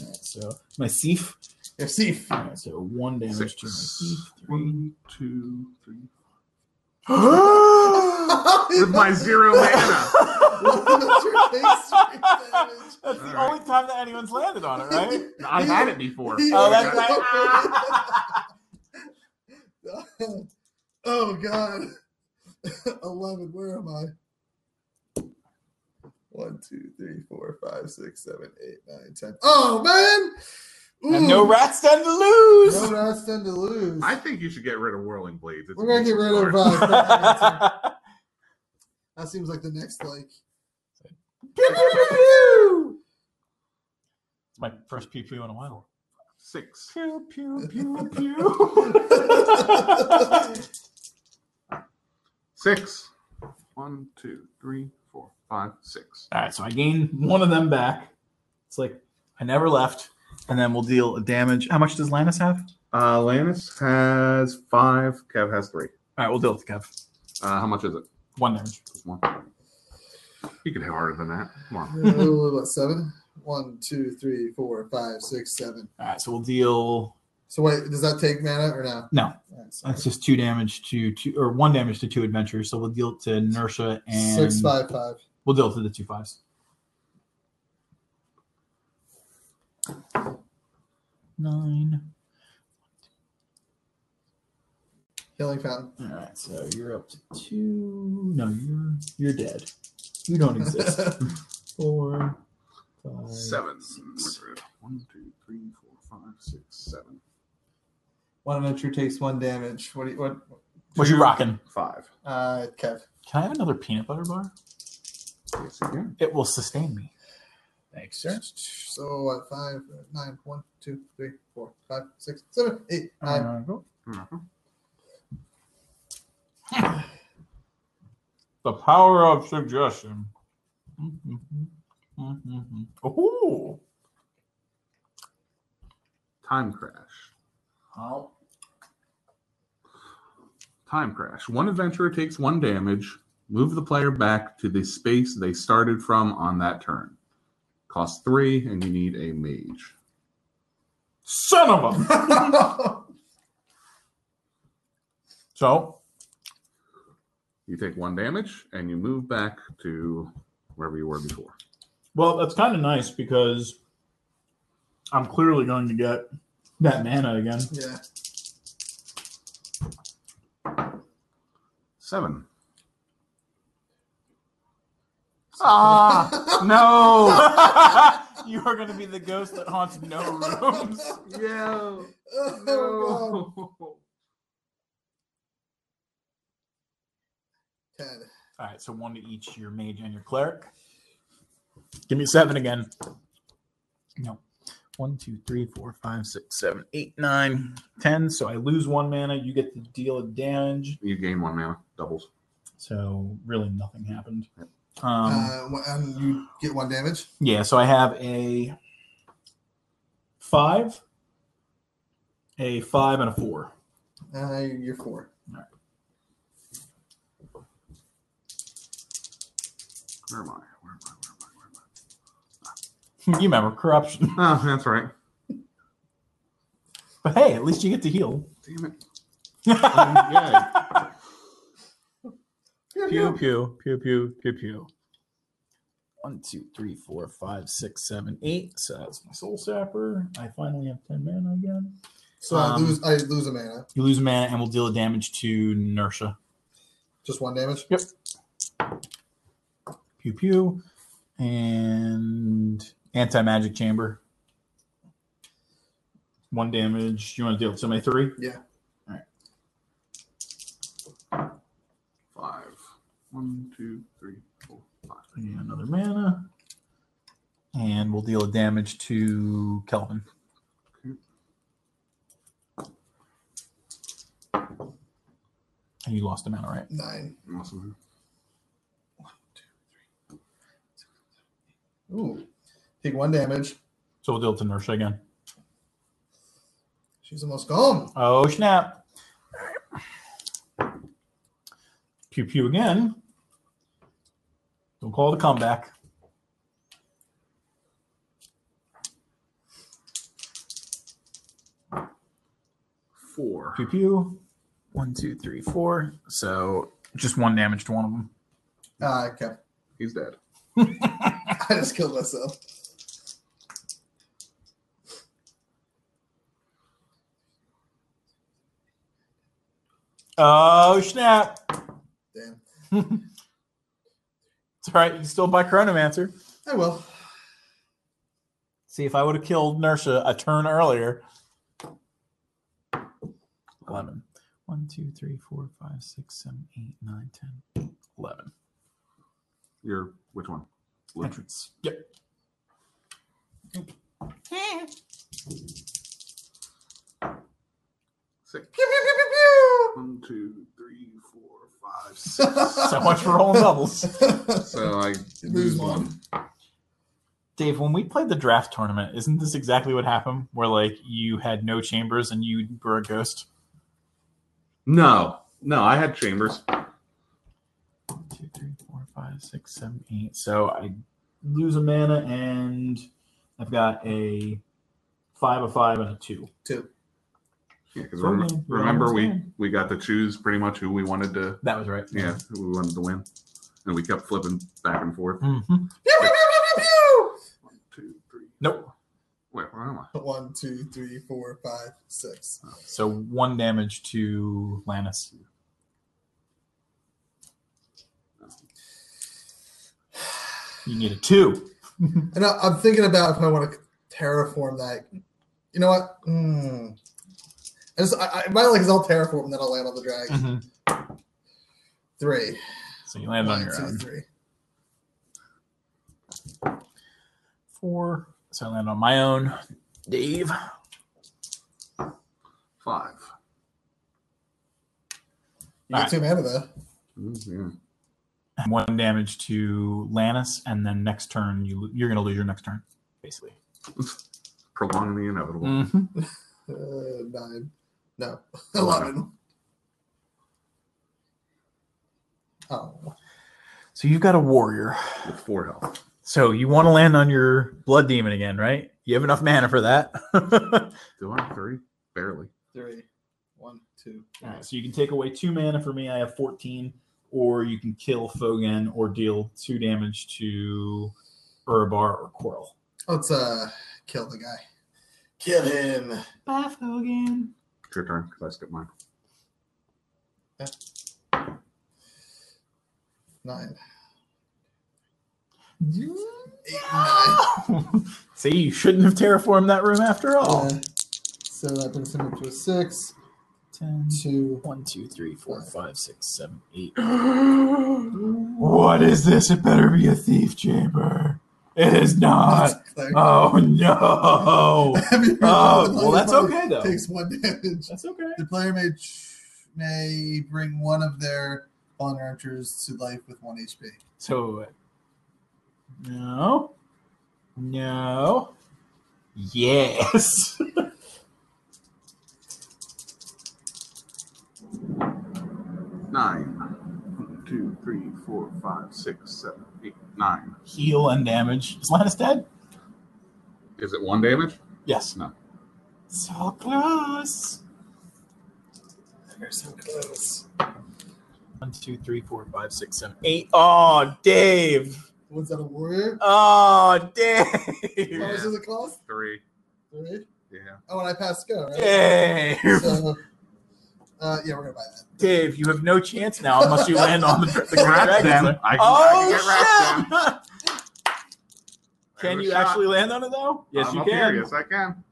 All right, so my thief.
If thief.
All right, so one damage to my
Six.
thief.
One, two, three. with
[laughs]
my zero mana.
That's the only time that anyone's landed on it, right?
I had it before.
Oh, that's right.
[laughs] oh god. [laughs] Eleven. Where am I? One, two, three, four, five, six, seven, eight, nine, ten. Oh man!
And no rats stand to lose. [laughs]
No rats stand to lose.
I think you should get rid of whirling blades. It's
We're gonna
a
get rid of.
decent
Uh,
card.
Threat Lancer. that seems like the next like.
It's my first pew pew in a while.
six.
Pew
[laughs]
pew pew [laughs] pew.
Six. One, two, three, four, five, six.
All right, so I gain one of them back. It's like I never left, and then we'll deal damage. How much does Lannis have?
Uh, Lannis has five. Kev has three.
All right, we'll deal with Kev.
Uh, how much is it?
One damage.
Just one. You could hit harder than that. Come on.
Mm-hmm.
Uh, what seven? One, two, three, four, five, six, seven.
All right, so we'll deal.
So wait, does that take mana or no?
No,
That's
that's just two damage to two, or one damage to two adventures. So we'll deal to inertia and
six, five, five.
We'll deal to the two fives. Nine.
Healing fountain.
All right, so you're up to two. No, you're you're dead. You don't exist.
[laughs]
[laughs]
Four, five,
Seven. One, two, three, four, five, six, seven.
One adventure takes one damage. What? Do you, what?
What you rocking?
Five.
Uh, Kev.
Can I have another peanut butter bar?
Yes, you can.
It will sustain me. Thanks, sir.
So what? Five, nine, one, two, three, four, five, six, seven, eight,
Uh, Um,
nine.
Mhm.
The power of suggestion. mm, Oh.
Time crash.
Oh.
Time crash. One adventurer takes one damage. Move the player back to the space they started from on that turn. Cost three, and you need a mage.
Son of a. so
You take one damage, and you move back to wherever you were before.
Well, that's kind of nice because I'm clearly going to get that mana again.
Yeah.
Seven.
Ah, no! you are going to be the ghost that haunts no rooms.
[laughs] Yo.
Oh, God. Ten.
All right, so one to each your mage and your cleric. Give me seven again. No. One, two, three, four, five, six, seven, eight, nine, ten. So I lose one mana. You get to deal a damage.
[laughs] You gain one mana. Doubles.
So really nothing happened. Um,
uh, wh- and you get one damage.
Yeah, so I have a five, a five, and a four. [laughs]
Uh, you're four.
Where am I? Where am I? Where am I? Where am I?
you remember corruption.
Oh, that's right.
But hey, at least you get to [laughs] heal.
Damn [laughs] it.
pew, pew, pew, pew, pew, pew. One, two, three, four, five, six, seven, eight. So that's my soul sapper. I finally have 10 mana again.
So I
Um,
lose. I lose a mana.
You lose mana and we'll deal damage to Inertia.
Just one damage.
Yep. Pew pew. And anti magic chamber. One damage. You want to deal somebody three?
Yeah.
Five. One, two, three, four, five.
And another mana. And we'll deal damage to Kelvin. And you lost a mana, right?
Nine.
Awesome.
Ooh. Take one damage.
So we'll deal to Inertia again.
She's almost gone.
Oh snap! Pew pew again. Don't call it a comeback.
Four.
Pew pew. One, two, three, four. So Just one damage to one of them.
Ah, okay. [laughs]
He's dead.
I just killed myself.
Oh snap!
Damn.
[laughs] It's all right. You can still buy Chronomancer.
I will.
See if I would have killed Nursa a turn earlier. Eleven. One, two, three, four, five, six, seven, eight, nine, ten, eleven.
You're which one? Blue.
Entrance. Yep.
Six. One, two, three, four, five, [laughs] six.
so much for rolling doubles.
so I lose one.
Dave, when we played the draft tournament, isn't this exactly what happened? Where like you had no chambers and you were a ghost.
No, no, I had chambers.
One, two, three, four, five, six, seven, eight. So I lose a mana and I've got a five, a five, and a two.
Two.
Yeah, because
Okay, we're
remember
almost
we
done.
we got to choose pretty much who we wanted to.
That was right.
Yeah, who we wanted to win, and we kept flipping back and forth.
Mhm.
One, two, three.
Nope.
Wait, where am I?
One, two, three, four, five, six.
So one damage to Lannis. You need a two.
And I, I'm thinking about if I want to terraform that. You know what? Mm. I just, I, I, my like is I'll terraform, then I'll land on the
[laughs]
dragon. Three.
So you land on
One,
your
two,
own.
three.
Four. So I land on my own. Dave.
Five.
You get
Alright.
two mana though.
Mm, yeah.
One damage to Lannis, and then next turn you you're gonna lose your next turn, basically.
Prolonging the inevitable.
Uh, nine. No, [laughs] eleven. Oh,
So you've got a warrior.
With four health.
So you want to land on your blood demon again, right? You have enough mana for that. [laughs] All
Do I have three? Barely.
three. One, two.
right, so you can take away two mana for me. I have 14, or you can kill Fogan or deal two damage to Urabar or Quirrell.
Let's uh kill the guy. Kill him.
Bye, Fogan.
It's your turn because I skipped mine.
Nine.
[laughs] See, you shouldn't have terraformed that room after all.
Uh, so that brings him up to a six.
10,
[laughs] Two.
1, 2, 3, 4, 5, 6, 7, 8. what is this? It better be a thief chamber. It is not.
Like-
Oh, no.
Have you heard
Oh,
[laughs]
that the
well, that's
body
okay, though.
Takes one damage.
That's okay.
The player may may bring one of their fallen archers to life with one HP.
So, no, no, yes. [laughs]
Nine. One, two, three, four, five, six, seven, eight, nine.
Heal and damage. Is Lannis dead?
Is it one damage?
Yes.
No.
So close.
They're so close.
One, two, three, four, five, six, seven, eight. Oh, Dave.
Was that a warrior? Oh,
Oh, Dave.
How much does it cost?
Three.
Three?
Yeah.
Oh, and I passed go, right?
Dave.
So, uh, yeah, we're gonna buy that.
Dave, you have no chance now unless you land
[laughs]
on the, the,
Wrap
dragon's
them.
lair.
I can- I
Oh,
can get
shit. Can you actually land on it though? Yes,
I'm
you
up
can.
Here. Yes, I can.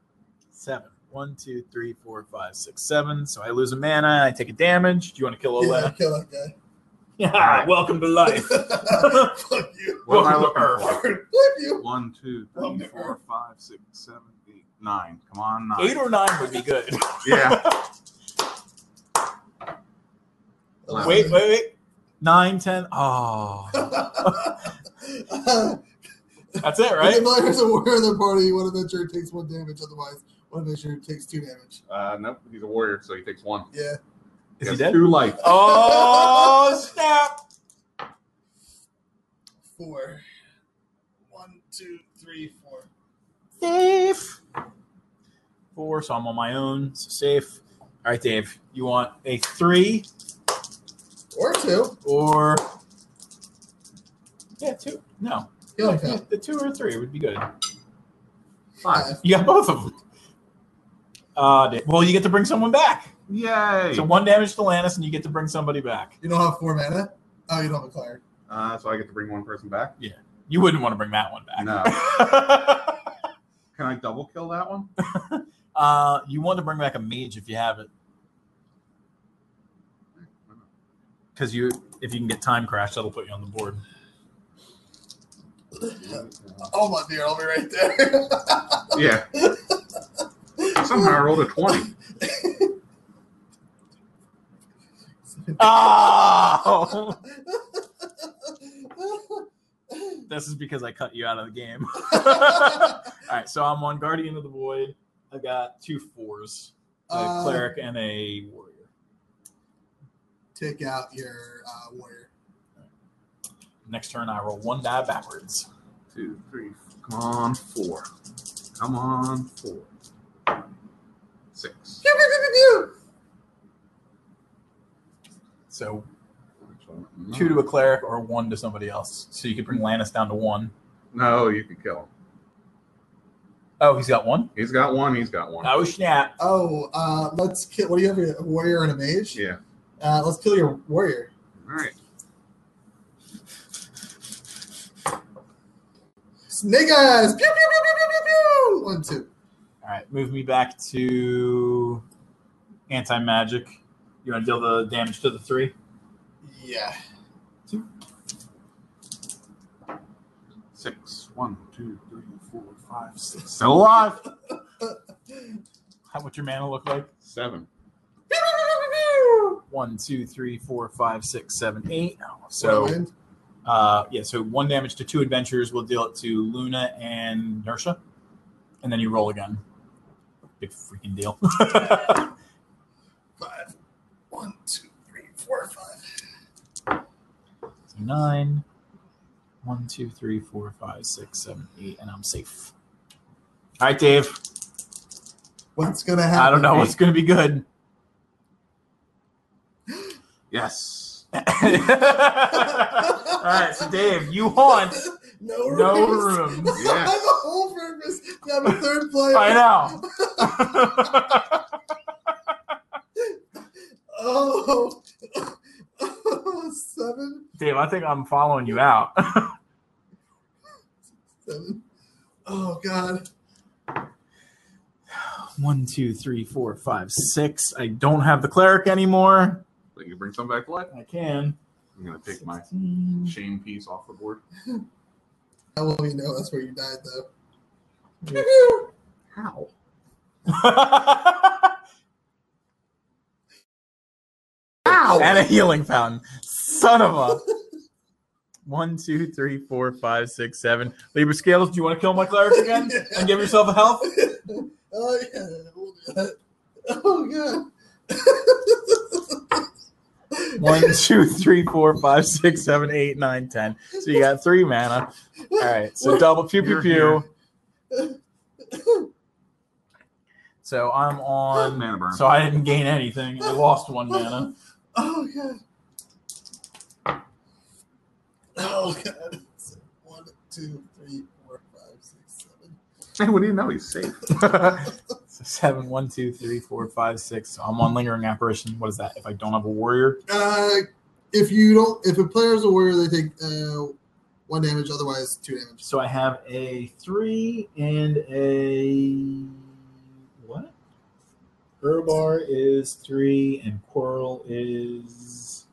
Seven. One, two, three, four, five, six, seven. So I lose a mana. and I take a damage. Do you want to kill
Yeah,
Olaf?
kill that guy.
[laughs] Yeah.
Alright.
Welcome to
[laughs]
life.
[laughs]
Fuck you.
[laughs] What am I
Welcome to
looking
Earth.
for?
Flip
[laughs]
you.
One, two,
Welcome
three,
to
four, five, six, seven, eight, nine. Come on, nine.
Eight or nine would be good.
yeah. [laughs]
wait, wait, wait. Nine, ten. Oh,
uh,
that's it,
If [laughs] the
right?
player's a warrior of the party, one adventurer takes one damage, otherwise, one adventurer takes two damage.
Uh, nope. He's a warrior, so he takes one.
Yeah.
Is
has
he dead?
Two life.
Oh, snap!
Four. One, two, three, four.
Safe. Four, so I'm on my own. So safe. All right, Dave. You want a three
Or two.
Or yeah, two. No,
Yeah,
Yeah,
okay.
yeah, the two or three would be good. Five. You got both of them. Uh, da- well, you get to bring someone back.
Yay!
So one damage to Lannis, and you get to bring somebody back.
You don't have four mana? Oh, you don't have a cleric.
Uh, so I get to bring one person back.
You wouldn't want to bring that one back.
No. Can I double kill that one?
[laughs] Uh, you want to bring back a mage if you have it, because you if you can get time crash, that'll put you on the board.
Oh my dear, I'll be right there. [laughs]
[laughs] Yeah. Somehow I rolled a twenty.
Oh! [laughs] this is because I cut you out of the game. [laughs] All right, so I'm on Guardian of the Void. I got two fours, a
Uh,
cleric and a warrior.
Take out your uh, warrior.
Next turn, I roll one die backwards.
Two, three. Come on, four. Come on, four. Six.
Pew, pew, pew, pew,
So two
Mm.
to a cleric or one to somebody else. So you could bring Lannis down to one.
No, you can kill him.
Oh, he's got one.
He's got one. He's got one.
Oh snap!
pew. Oh, uh, let's kill. What do you have? A warrior and a mage?
Yeah.
Uh, let's kill your warrior.
All right.
Snake eyes. Pew, pew, pew, pew, pew, pew, pew. One, two.
All right, move me back to anti magic. You want to deal the damage to the three?
Yeah.
Six. One, two, three, four, five, six. Still alive.
How what's your mana look like?
Seven.
One, two, three, four, five, six, seven, eight.
One
So,
wind.
uh, yeah, so one damage to two adventurers. We'll deal it to Luna and Nersha. And then you roll again. Big freaking deal.
[laughs] five. One, two, three, four, five.
So nine. One, two, three, four, five, six, seven, eight, and I'm safe. All right, Dave.
What's gonna happen?
I don't know what's going to be good.
Yes.
All right, so Dave, you haunt
No room.
no room.
[laughs] I'm
Yes.
a whole purpose. I'm a third player.
I know.
Oh. [laughs] seven,
Dave, I think I'm following you out. [laughs]
seven. Oh God.
One, two, three, four, five, six. I don't have the cleric anymore.
But you bring some back to life.
I can. [laughs]
I'm gonna take my shame piece off the board.
I will you know that's where you died though.
How?
And a healing fountain. Son
[laughs]
of a. One, two, three, four, five, six, seven. Libra Scales, do you want to kill my cleric again and give yourself a health?
[laughs] Oh yeah. we'll do that. Oh God.
[laughs] One, two, three, four, five, six, seven, eight, nine, ten. So you got three mana. All right.
[laughs]
So double pew pew
You're
pew. So I'm
One
on.
mana burn.
So I didn't gain anything. I lost one mana.
Oh God. Oh God. So, One, two, three, four, five, six, seven.
hey, what do you know? He's [laughs] safe.
so seven, one, two, three, four, five, six. So I'm on lingering apparition. What is that? If I don't have a warrior,
Uh, if you don't, if a player is a warrior, they take uh, one damage. Otherwise, two damage.
so I have a three and a what? Urbar is three and Quirrell is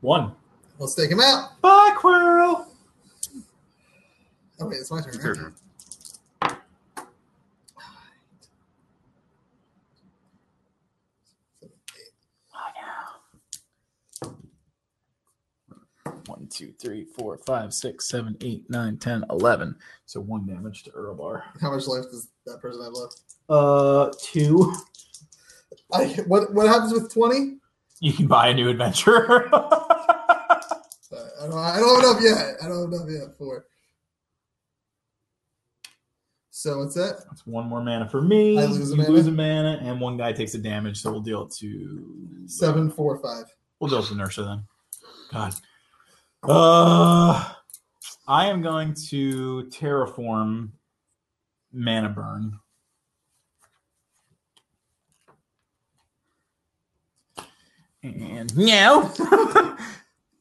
one.
Let's take him out.
Bye, Quirrell.
Oh wait, it's my turn.
It's
Right?
[laughs] your turn.
One, two, three, four, five, six, seven, eight, nine, ten, eleven. So one damage to Urbar.
How much life does that person have left?
Uh, two. [laughs]
I what what happens with twenty?
You can buy a new adventure. [laughs]
Uh, I don't I don't have enough yet. I don't have enough yet for. So what's that?
That's one more mana for me.
I lose a
you
mana.
lose a mana, and one guy takes a damage, so we'll deal it to
Seven, four, five.
We'll deal with inertia then. God. Uh, I am going to terraform mana burn. And now. [laughs] All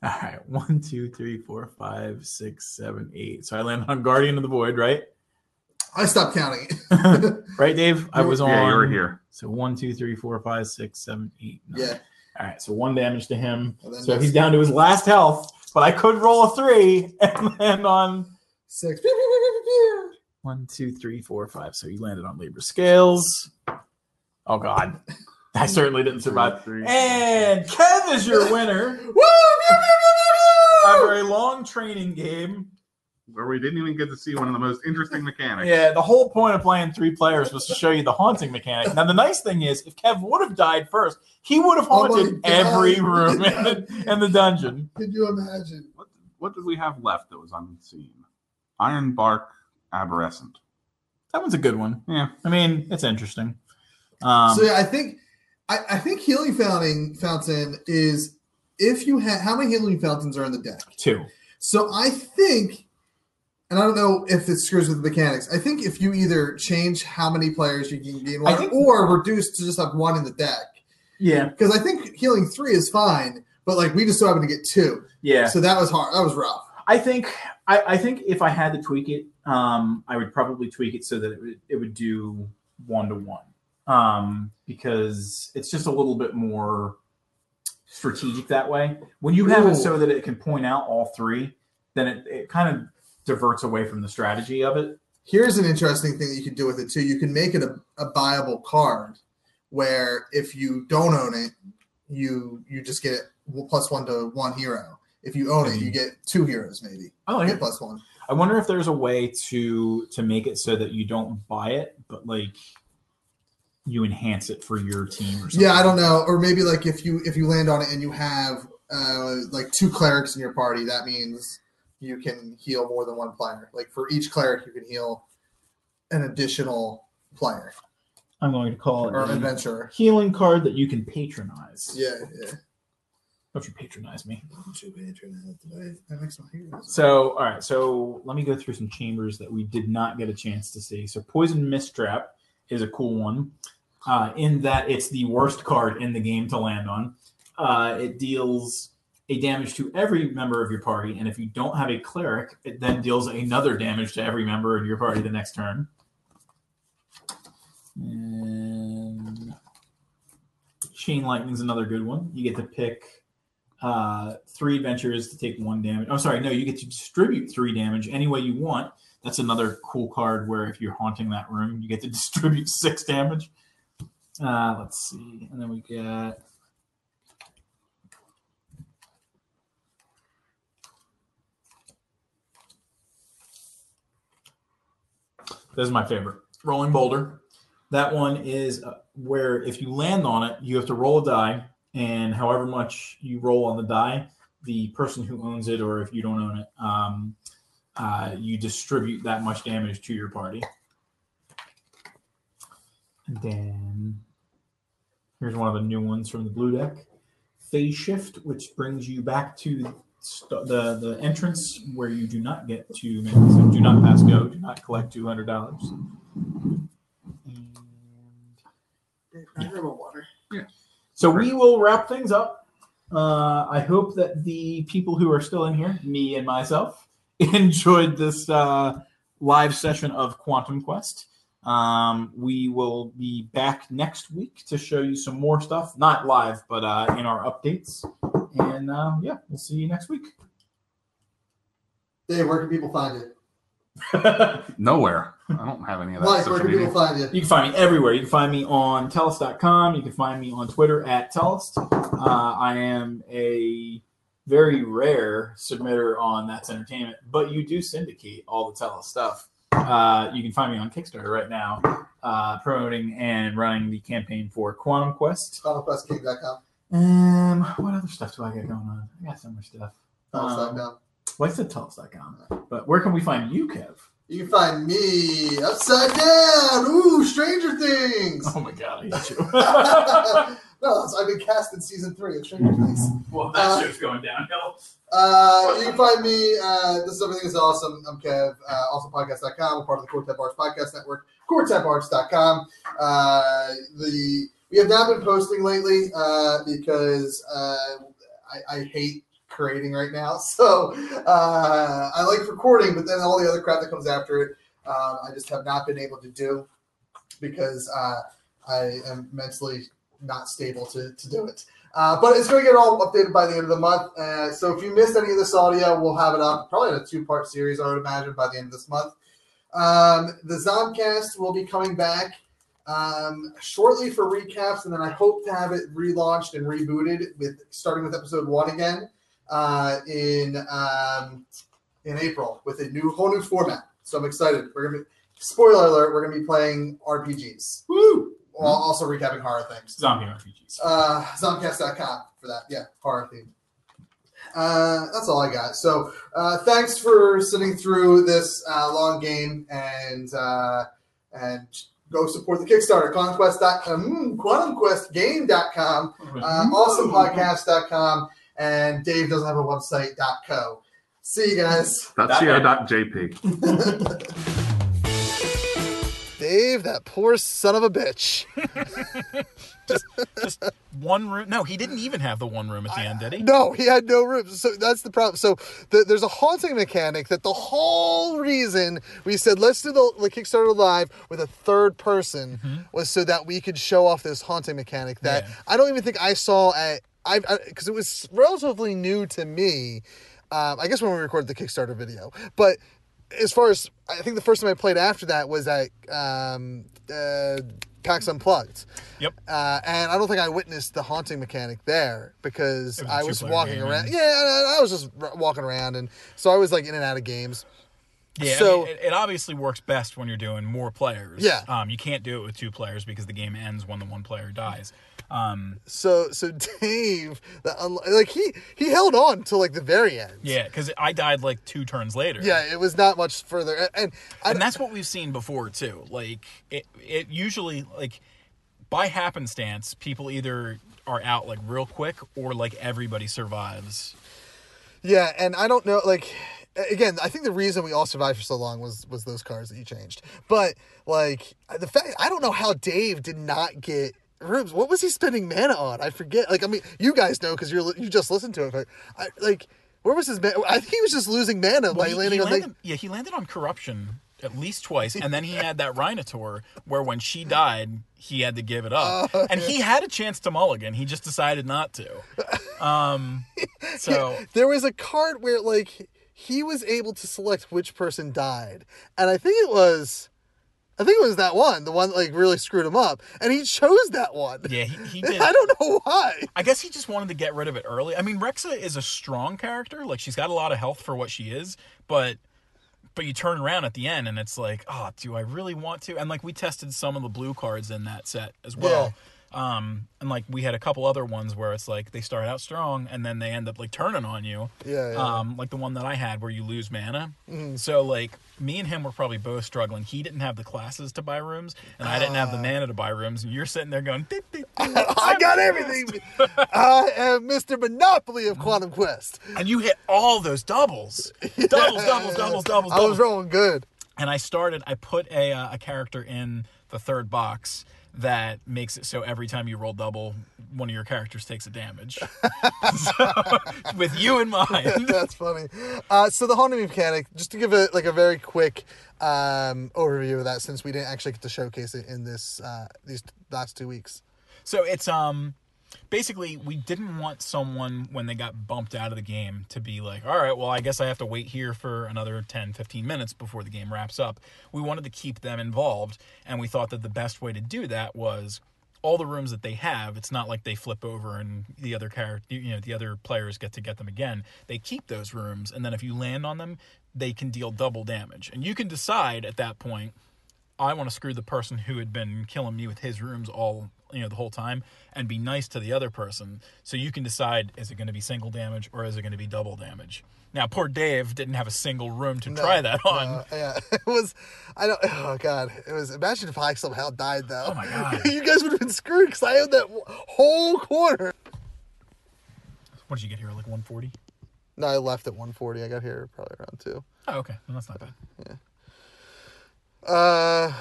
right. One, two, three, four, five, six, seven, eight. So I land on Guardian of the Void, right?
I stopped counting [laughs] it.
Right, Dave? I was on.
Yeah, you were here.
So one, two, three, four, five, six, seven, eight, nine.
Yeah.
All right, so one damage to him.
And then
So
that's-
he's down to his last health, but I could roll a three [laughs] and land on
Six. Pew, pew, pew, pew, pew.
one, two, three, four, five. So he landed on labor scales. Oh God, [laughs] I certainly didn't survive.
Three.
And Kev is
[laughs]
your winner.
Woo! Pew, pew, pew, pew, pew.
After a long training game.
Where we didn't even get to see one of the most interesting mechanics.
Yeah, the whole point of playing three players was to show you the haunting mechanic. Now, the nice thing is, if Kev would have died first, he would have
Oh my
haunted
God.
every room in the, in the dungeon.
Could you imagine?
What, what did we have left that was unseen? Iron Bark Aberrescent.
That one's a good one.
Yeah.
I mean, it's interesting. Um,
so yeah, I think I, I think healing fountain fountain is if you have how many healing fountains are in the deck.
two.
So I think, and I don't know if it screws with the mechanics. I think if you either change how many players you can gain one,
think-
or reduce to just have one in the deck,
Yeah.
because I think healing three is fine, but like we just so happened to get two.
Yeah.
So that was hard. That was rough.
I think I, I think if I had to tweak it, um, I would probably tweak it so that it would, it would do one to one um, because it's just a little bit more strategic that way. When you have
Ooh.
it so that it can point out all three, then it, it kind of diverts away from the strategy of it.
Here's an interesting thing that you could do with it too. You can make it a, a buyable card, where if you don't own it, you you just get plus one to one hero. If you own it,
Mm-hmm.
you get two heroes maybe.
I
You
like
get
it.
plus one.
I wonder if there's a way to to make it so that you don't buy it, but like you enhance it for your team or something.
Yeah, I don't know, or maybe like if you if you land on it and you have uh, like two clerics in your party, that means you can heal more than one player. Like for each cleric, you can heal an additional player
I'm going to call it
or
a
adventurer.
healing card that you can patronize.
Yeah, yeah.
Don't you patronize me?
That makes my heroes.
So, all right. So, let me go through some chambers that we did not get a chance to see. So, Poison Mistrap is a cool one, uh, in that it's the worst card in the game to land on. Uh, it deals a damage to every member of your party, and if you don't have a cleric, it then deals another damage to every member of your party the next turn. And Chain Lightning's another good one. You get to pick uh, three adventurers to take one damage. Oh, sorry, no, you get to distribute three damage any way you want. That's another cool card where if you're haunting that room, you get to [laughs] distribute six damage. Uh, let's see, and then we got. This is my favorite. Rolling Boulder. That one is uh, where if you land on it, you have to roll a die, and however much you roll on the die, the person who owns it, or if you don't own it, um, uh, you distribute that much damage to your party. And then here's one of the new ones from the blue deck Phase Shift, which brings you back to st- the, the entrance where you do not get to make, so do not pass go, do not collect $200. And so we will wrap things up. Uh, I hope that the people who are still in here, me and myself, [laughs] enjoyed this uh, live session of Quantum Quest. Um, we will be back next week to show you some more stuff, not live, but uh, in our updates. And uh, yeah, we'll see you next week. [laughs]
Dave, where can people find you?
you can
Nowhere. I don't have any of that
Mike, where
social
can people
media.
find you?
find me everywhere. You can find me on Telus.com. You can find me on Twitter at Telus. Uh, I am a very rare submitter on That's Entertainment, but you do syndicate all the Tell Us stuff. Uh, you can find me on Kickstarter right now, uh, promoting and running the campaign for Quantum Quest.
ThomasQuestKing.com.
Um, what other stuff do I got going on? I got so much stuff.
Thomas dot
Um,
com.
well, I said Telus.com, but where can we find you, Kev?
You can find me upside down. Ooh, Stranger
[laughs]
Things. [laughs]
Oh my god, I hate you. [laughs]
no, that's- I've been cast in season three of
[laughs]
Stranger Things.
Well, that
Uh,
show's going downhill.
Uh, you can find me. Uh, this everything is awesome. I'm Kev. Uh, also podcast.com. We're part of the Quartet Bars Podcast Network. QuartetBards.com. Uh, the we have not been posting lately uh, because uh, I, I hate creating right now. [laughs] So uh, I like recording, but then all the other crap that comes after it, uh, I just have not been able to do because uh, I am mentally not stable to, to do it. Uh, but it's going to get all updated by the end of the month. Uh, so if you missed any of this audio, we'll have it up probably in a two part series, I would imagine, by the end of this month. Um, the Zomcast will be coming back um, shortly for recaps, and then I hope to have it relaunched and rebooted with starting with episode one again uh, in um, in April with a new whole new format. So I'm excited. We're gonna be, spoiler alert. We're gonna be playing RPGs. Woo! While also recapping horror things.
Zombie RPGs.
Uh, Zomcast.com for that. Yeah, horror theme. Uh, that's all I got. So uh, thanks for sitting through this uh, long game and uh, and go support the Kickstarter, conquest.com, quantumquestgame.com, uh,
Mm-hmm.
awesomepodcast.com, and Dave doesn't have a website.co. See you guys.
That's co.jp.
Dave, that poor son of a bitch.
One room. No, he didn't even have the one room at the end,
[laughs]
did he?
No, he had no room. So that's the problem. So the, there's a haunting mechanic that the whole reason we said let's do the, the Kickstarter live with a third person
Mm-hmm.
was so that we could show off this haunting mechanic that I don't even think I saw at I because it was relatively new to me. Um, I guess when we recorded the Kickstarter video, but as far as I think the first time I played after that was at um, uh, PAX Unplugged.
Yep.
Uh, and I don't think I witnessed the haunting mechanic there because
It was a
I was
two-player
walking
game,
around.
and-
Yeah, I, I was just r- walking around, and so I was like in and out of games.
Yeah,
So-
so it, it obviously works best when you're doing more players.
Yeah.
Um, you can't do it with two players because the game ends when the one player dies. Um,
So so [laughs] Dave, the, unlo- like he he held on till like the very end.
yeah, because I died like two turns later.
Yeah, it was not much further, A- and I,
and that's what we've seen before too. Like it, it usually like by happenstance, people either are out like real quick or like everybody survives.
yeah, and I don't know. Like a- again, I think the reason we all survived for so long was was those cars that you changed. But like the fact, I don't know how Dave did not get. Rooms. What was he spending mana on? I forget. Like, I mean, you guys know because you're li- you just listened to it. But I, like, where was his mana? I think he was just losing
Well,
mana by
he- he
landing on like.
landed- yeah, he landed on corruption at least [laughs] twice, and then he had that Rhinotaur where when she died, he had to give it up, and he had a chance to mulligan. He just decided not to. [laughs] Um, so
there was a card where like he was able to select which person died and i think it was i think it was that one the one that like really screwed him up and he chose that one
yeah, he, he did.
i don't know why
I guess he just wanted to get rid of it early. I mean, Rexa is a strong character; like she's got a lot of health for what she is, but but you turn around at the end and it's like, oh, do I really want to? And like we tested some of the blue cards in that set as well. Um, and like we had a couple other ones where it's like they start out strong and then they end up like turning on you.
Yeah, Mm-hmm. yeah, yeah.
Um, like the one that I had where you lose mana. So like me and him were probably both struggling. He didn't have the classes to buy rooms, and I didn't have
Ah.
the mana to buy rooms. And you're sitting there going, "Dip, dip, dip."
i got everything [laughs] i am mr monopoly of quantum quest
and you hit all those
[laughs]
doubles, doubles, doubles, doubles, doubles,
i was
doubles.
rolling good
And I started. I put a uh, a character in the third box that makes it so every time you roll double, one of your characters takes a damage. [laughs] so, with you in mind,
That's funny. Uh, so the haunting mechanic, just to give a like a very quick um, overview of that, since we didn't actually get to showcase it in this uh, these last two weeks.
So it's um basically we didn't want someone when they got bumped out of the game to be like, "All right, well, I guess I have to wait here for another 10, 15 minutes before the game wraps up." We wanted to keep them involved, and we thought that the best way to do that was all the rooms that they have, it's not like they flip over and the other character, you know, the other players get to get them again. They keep those rooms, and then if you land on them, they can deal double damage. And you can decide at that point I want to screw the person who had been killing me with his rooms all you know the whole time and be nice to the other person so you can decide is it going to be single damage or is it going to be double damage now poor dave didn't have a single room to try that on
No, Uh, yeah, [laughs] it was. I don't. Oh god, it was. Imagine if I somehow died though. Oh my
god,
[laughs] you guys would have been screwed because I owned that w- whole corner.
what did you get here like 140
No, I left at 140. I got here probably around two.
oh okay well, that's not bad
Uh,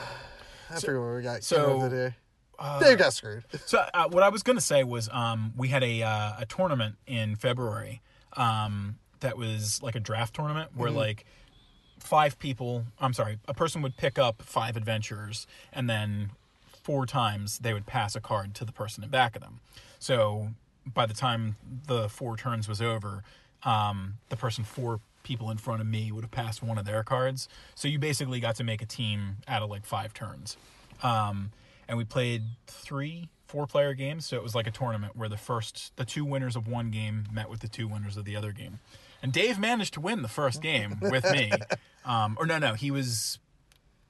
I forget where we got.
so,
came with it here.
uh,
Dave got screwed.
So uh, what I was going to say was um, we had a uh, a tournament in February um, that was like a draft tournament where
Mhm.
like five people, I'm sorry, a person would pick up five adventurers and then four times they would pass a card to the person in back of them. So by the time the four turns was over, um, the person four people in front of me would have passed one of their cards. So you basically got to make a team out of like five turns. Um, and we played three four player games so it was like a tournament where the first the two winners of one game met with the two winners of the other game and dave managed to win the first game with me um, or no no he was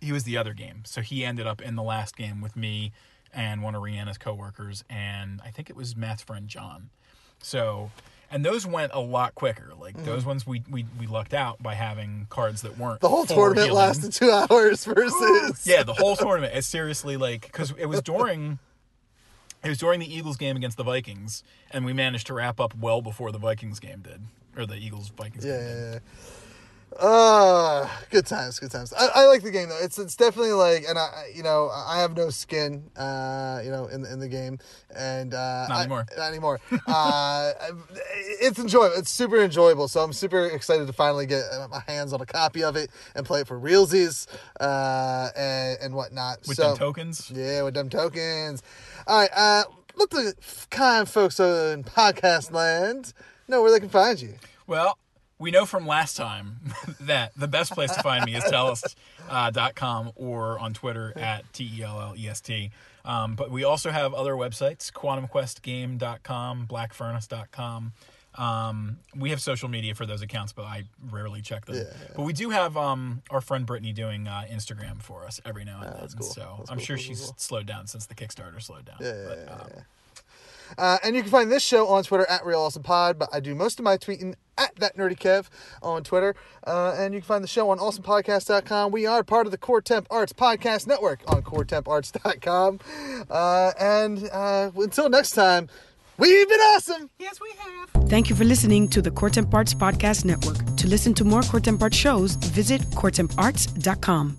he was the other game so he ended up in the last game with me and one of rihanna's coworkers and i think it was matt's friend john so and those went a lot quicker like those
Mhm.
ones we, we we lucked out by having cards that weren't
The whole
for
tournament
healing.
lasted two [laughs] hours versus.
Yeah, the whole tournament. It's seriously like because it was during it was during the Eagles game against the Vikings, and we managed to wrap up well before the Vikings game did, or the Eagles Vikings.
Yeah, yeah, yeah. Uh, good times, good times. I, I like the game though. It's it's definitely like, and I I- you know I have no skin, uh, you know in in the game, and uh,
Not
I-
anymore.
not anymore. uh, [laughs] it's enjoyable. It's super enjoyable. So I'm super excited to finally get uh, my hands on a copy of it and play it for realsies, uh, and and whatnot.
With
so,
them tokens?
Yeah, with them tokens. All right. Uh, let the kind folks in podcast land know where they can find you.
Well, we know from last time [laughs] that the best place to find me is tellest.com or on Twitter at T E L L E S T. Um, but we also have other websites quantumquestgame.com, blackfurnace.com. Um, we have social media for those accounts, but I rarely check them. But we do have um, our friend Brittany doing uh, Instagram for us every now and
Ah,
then. So I'm sure she's slowed down since the Kickstarter slowed down. um,
Yeah, yeah, yeah, yeah. Uh, and you can find this show on Twitter at Real Awesome Pod, but I do most of my tweeting at that nerdy Kev on Twitter. Uh, and you can find the show on awesomepodcast.com. We are part of the Core Temp Arts Podcast Network on coretemparts.com. Uh, and uh, until next time, we've been awesome.
Yes, we have.
Thank you for listening to the Court and Parts Podcast Network. To listen to more Court and Parts shows, visit courtemparts.com.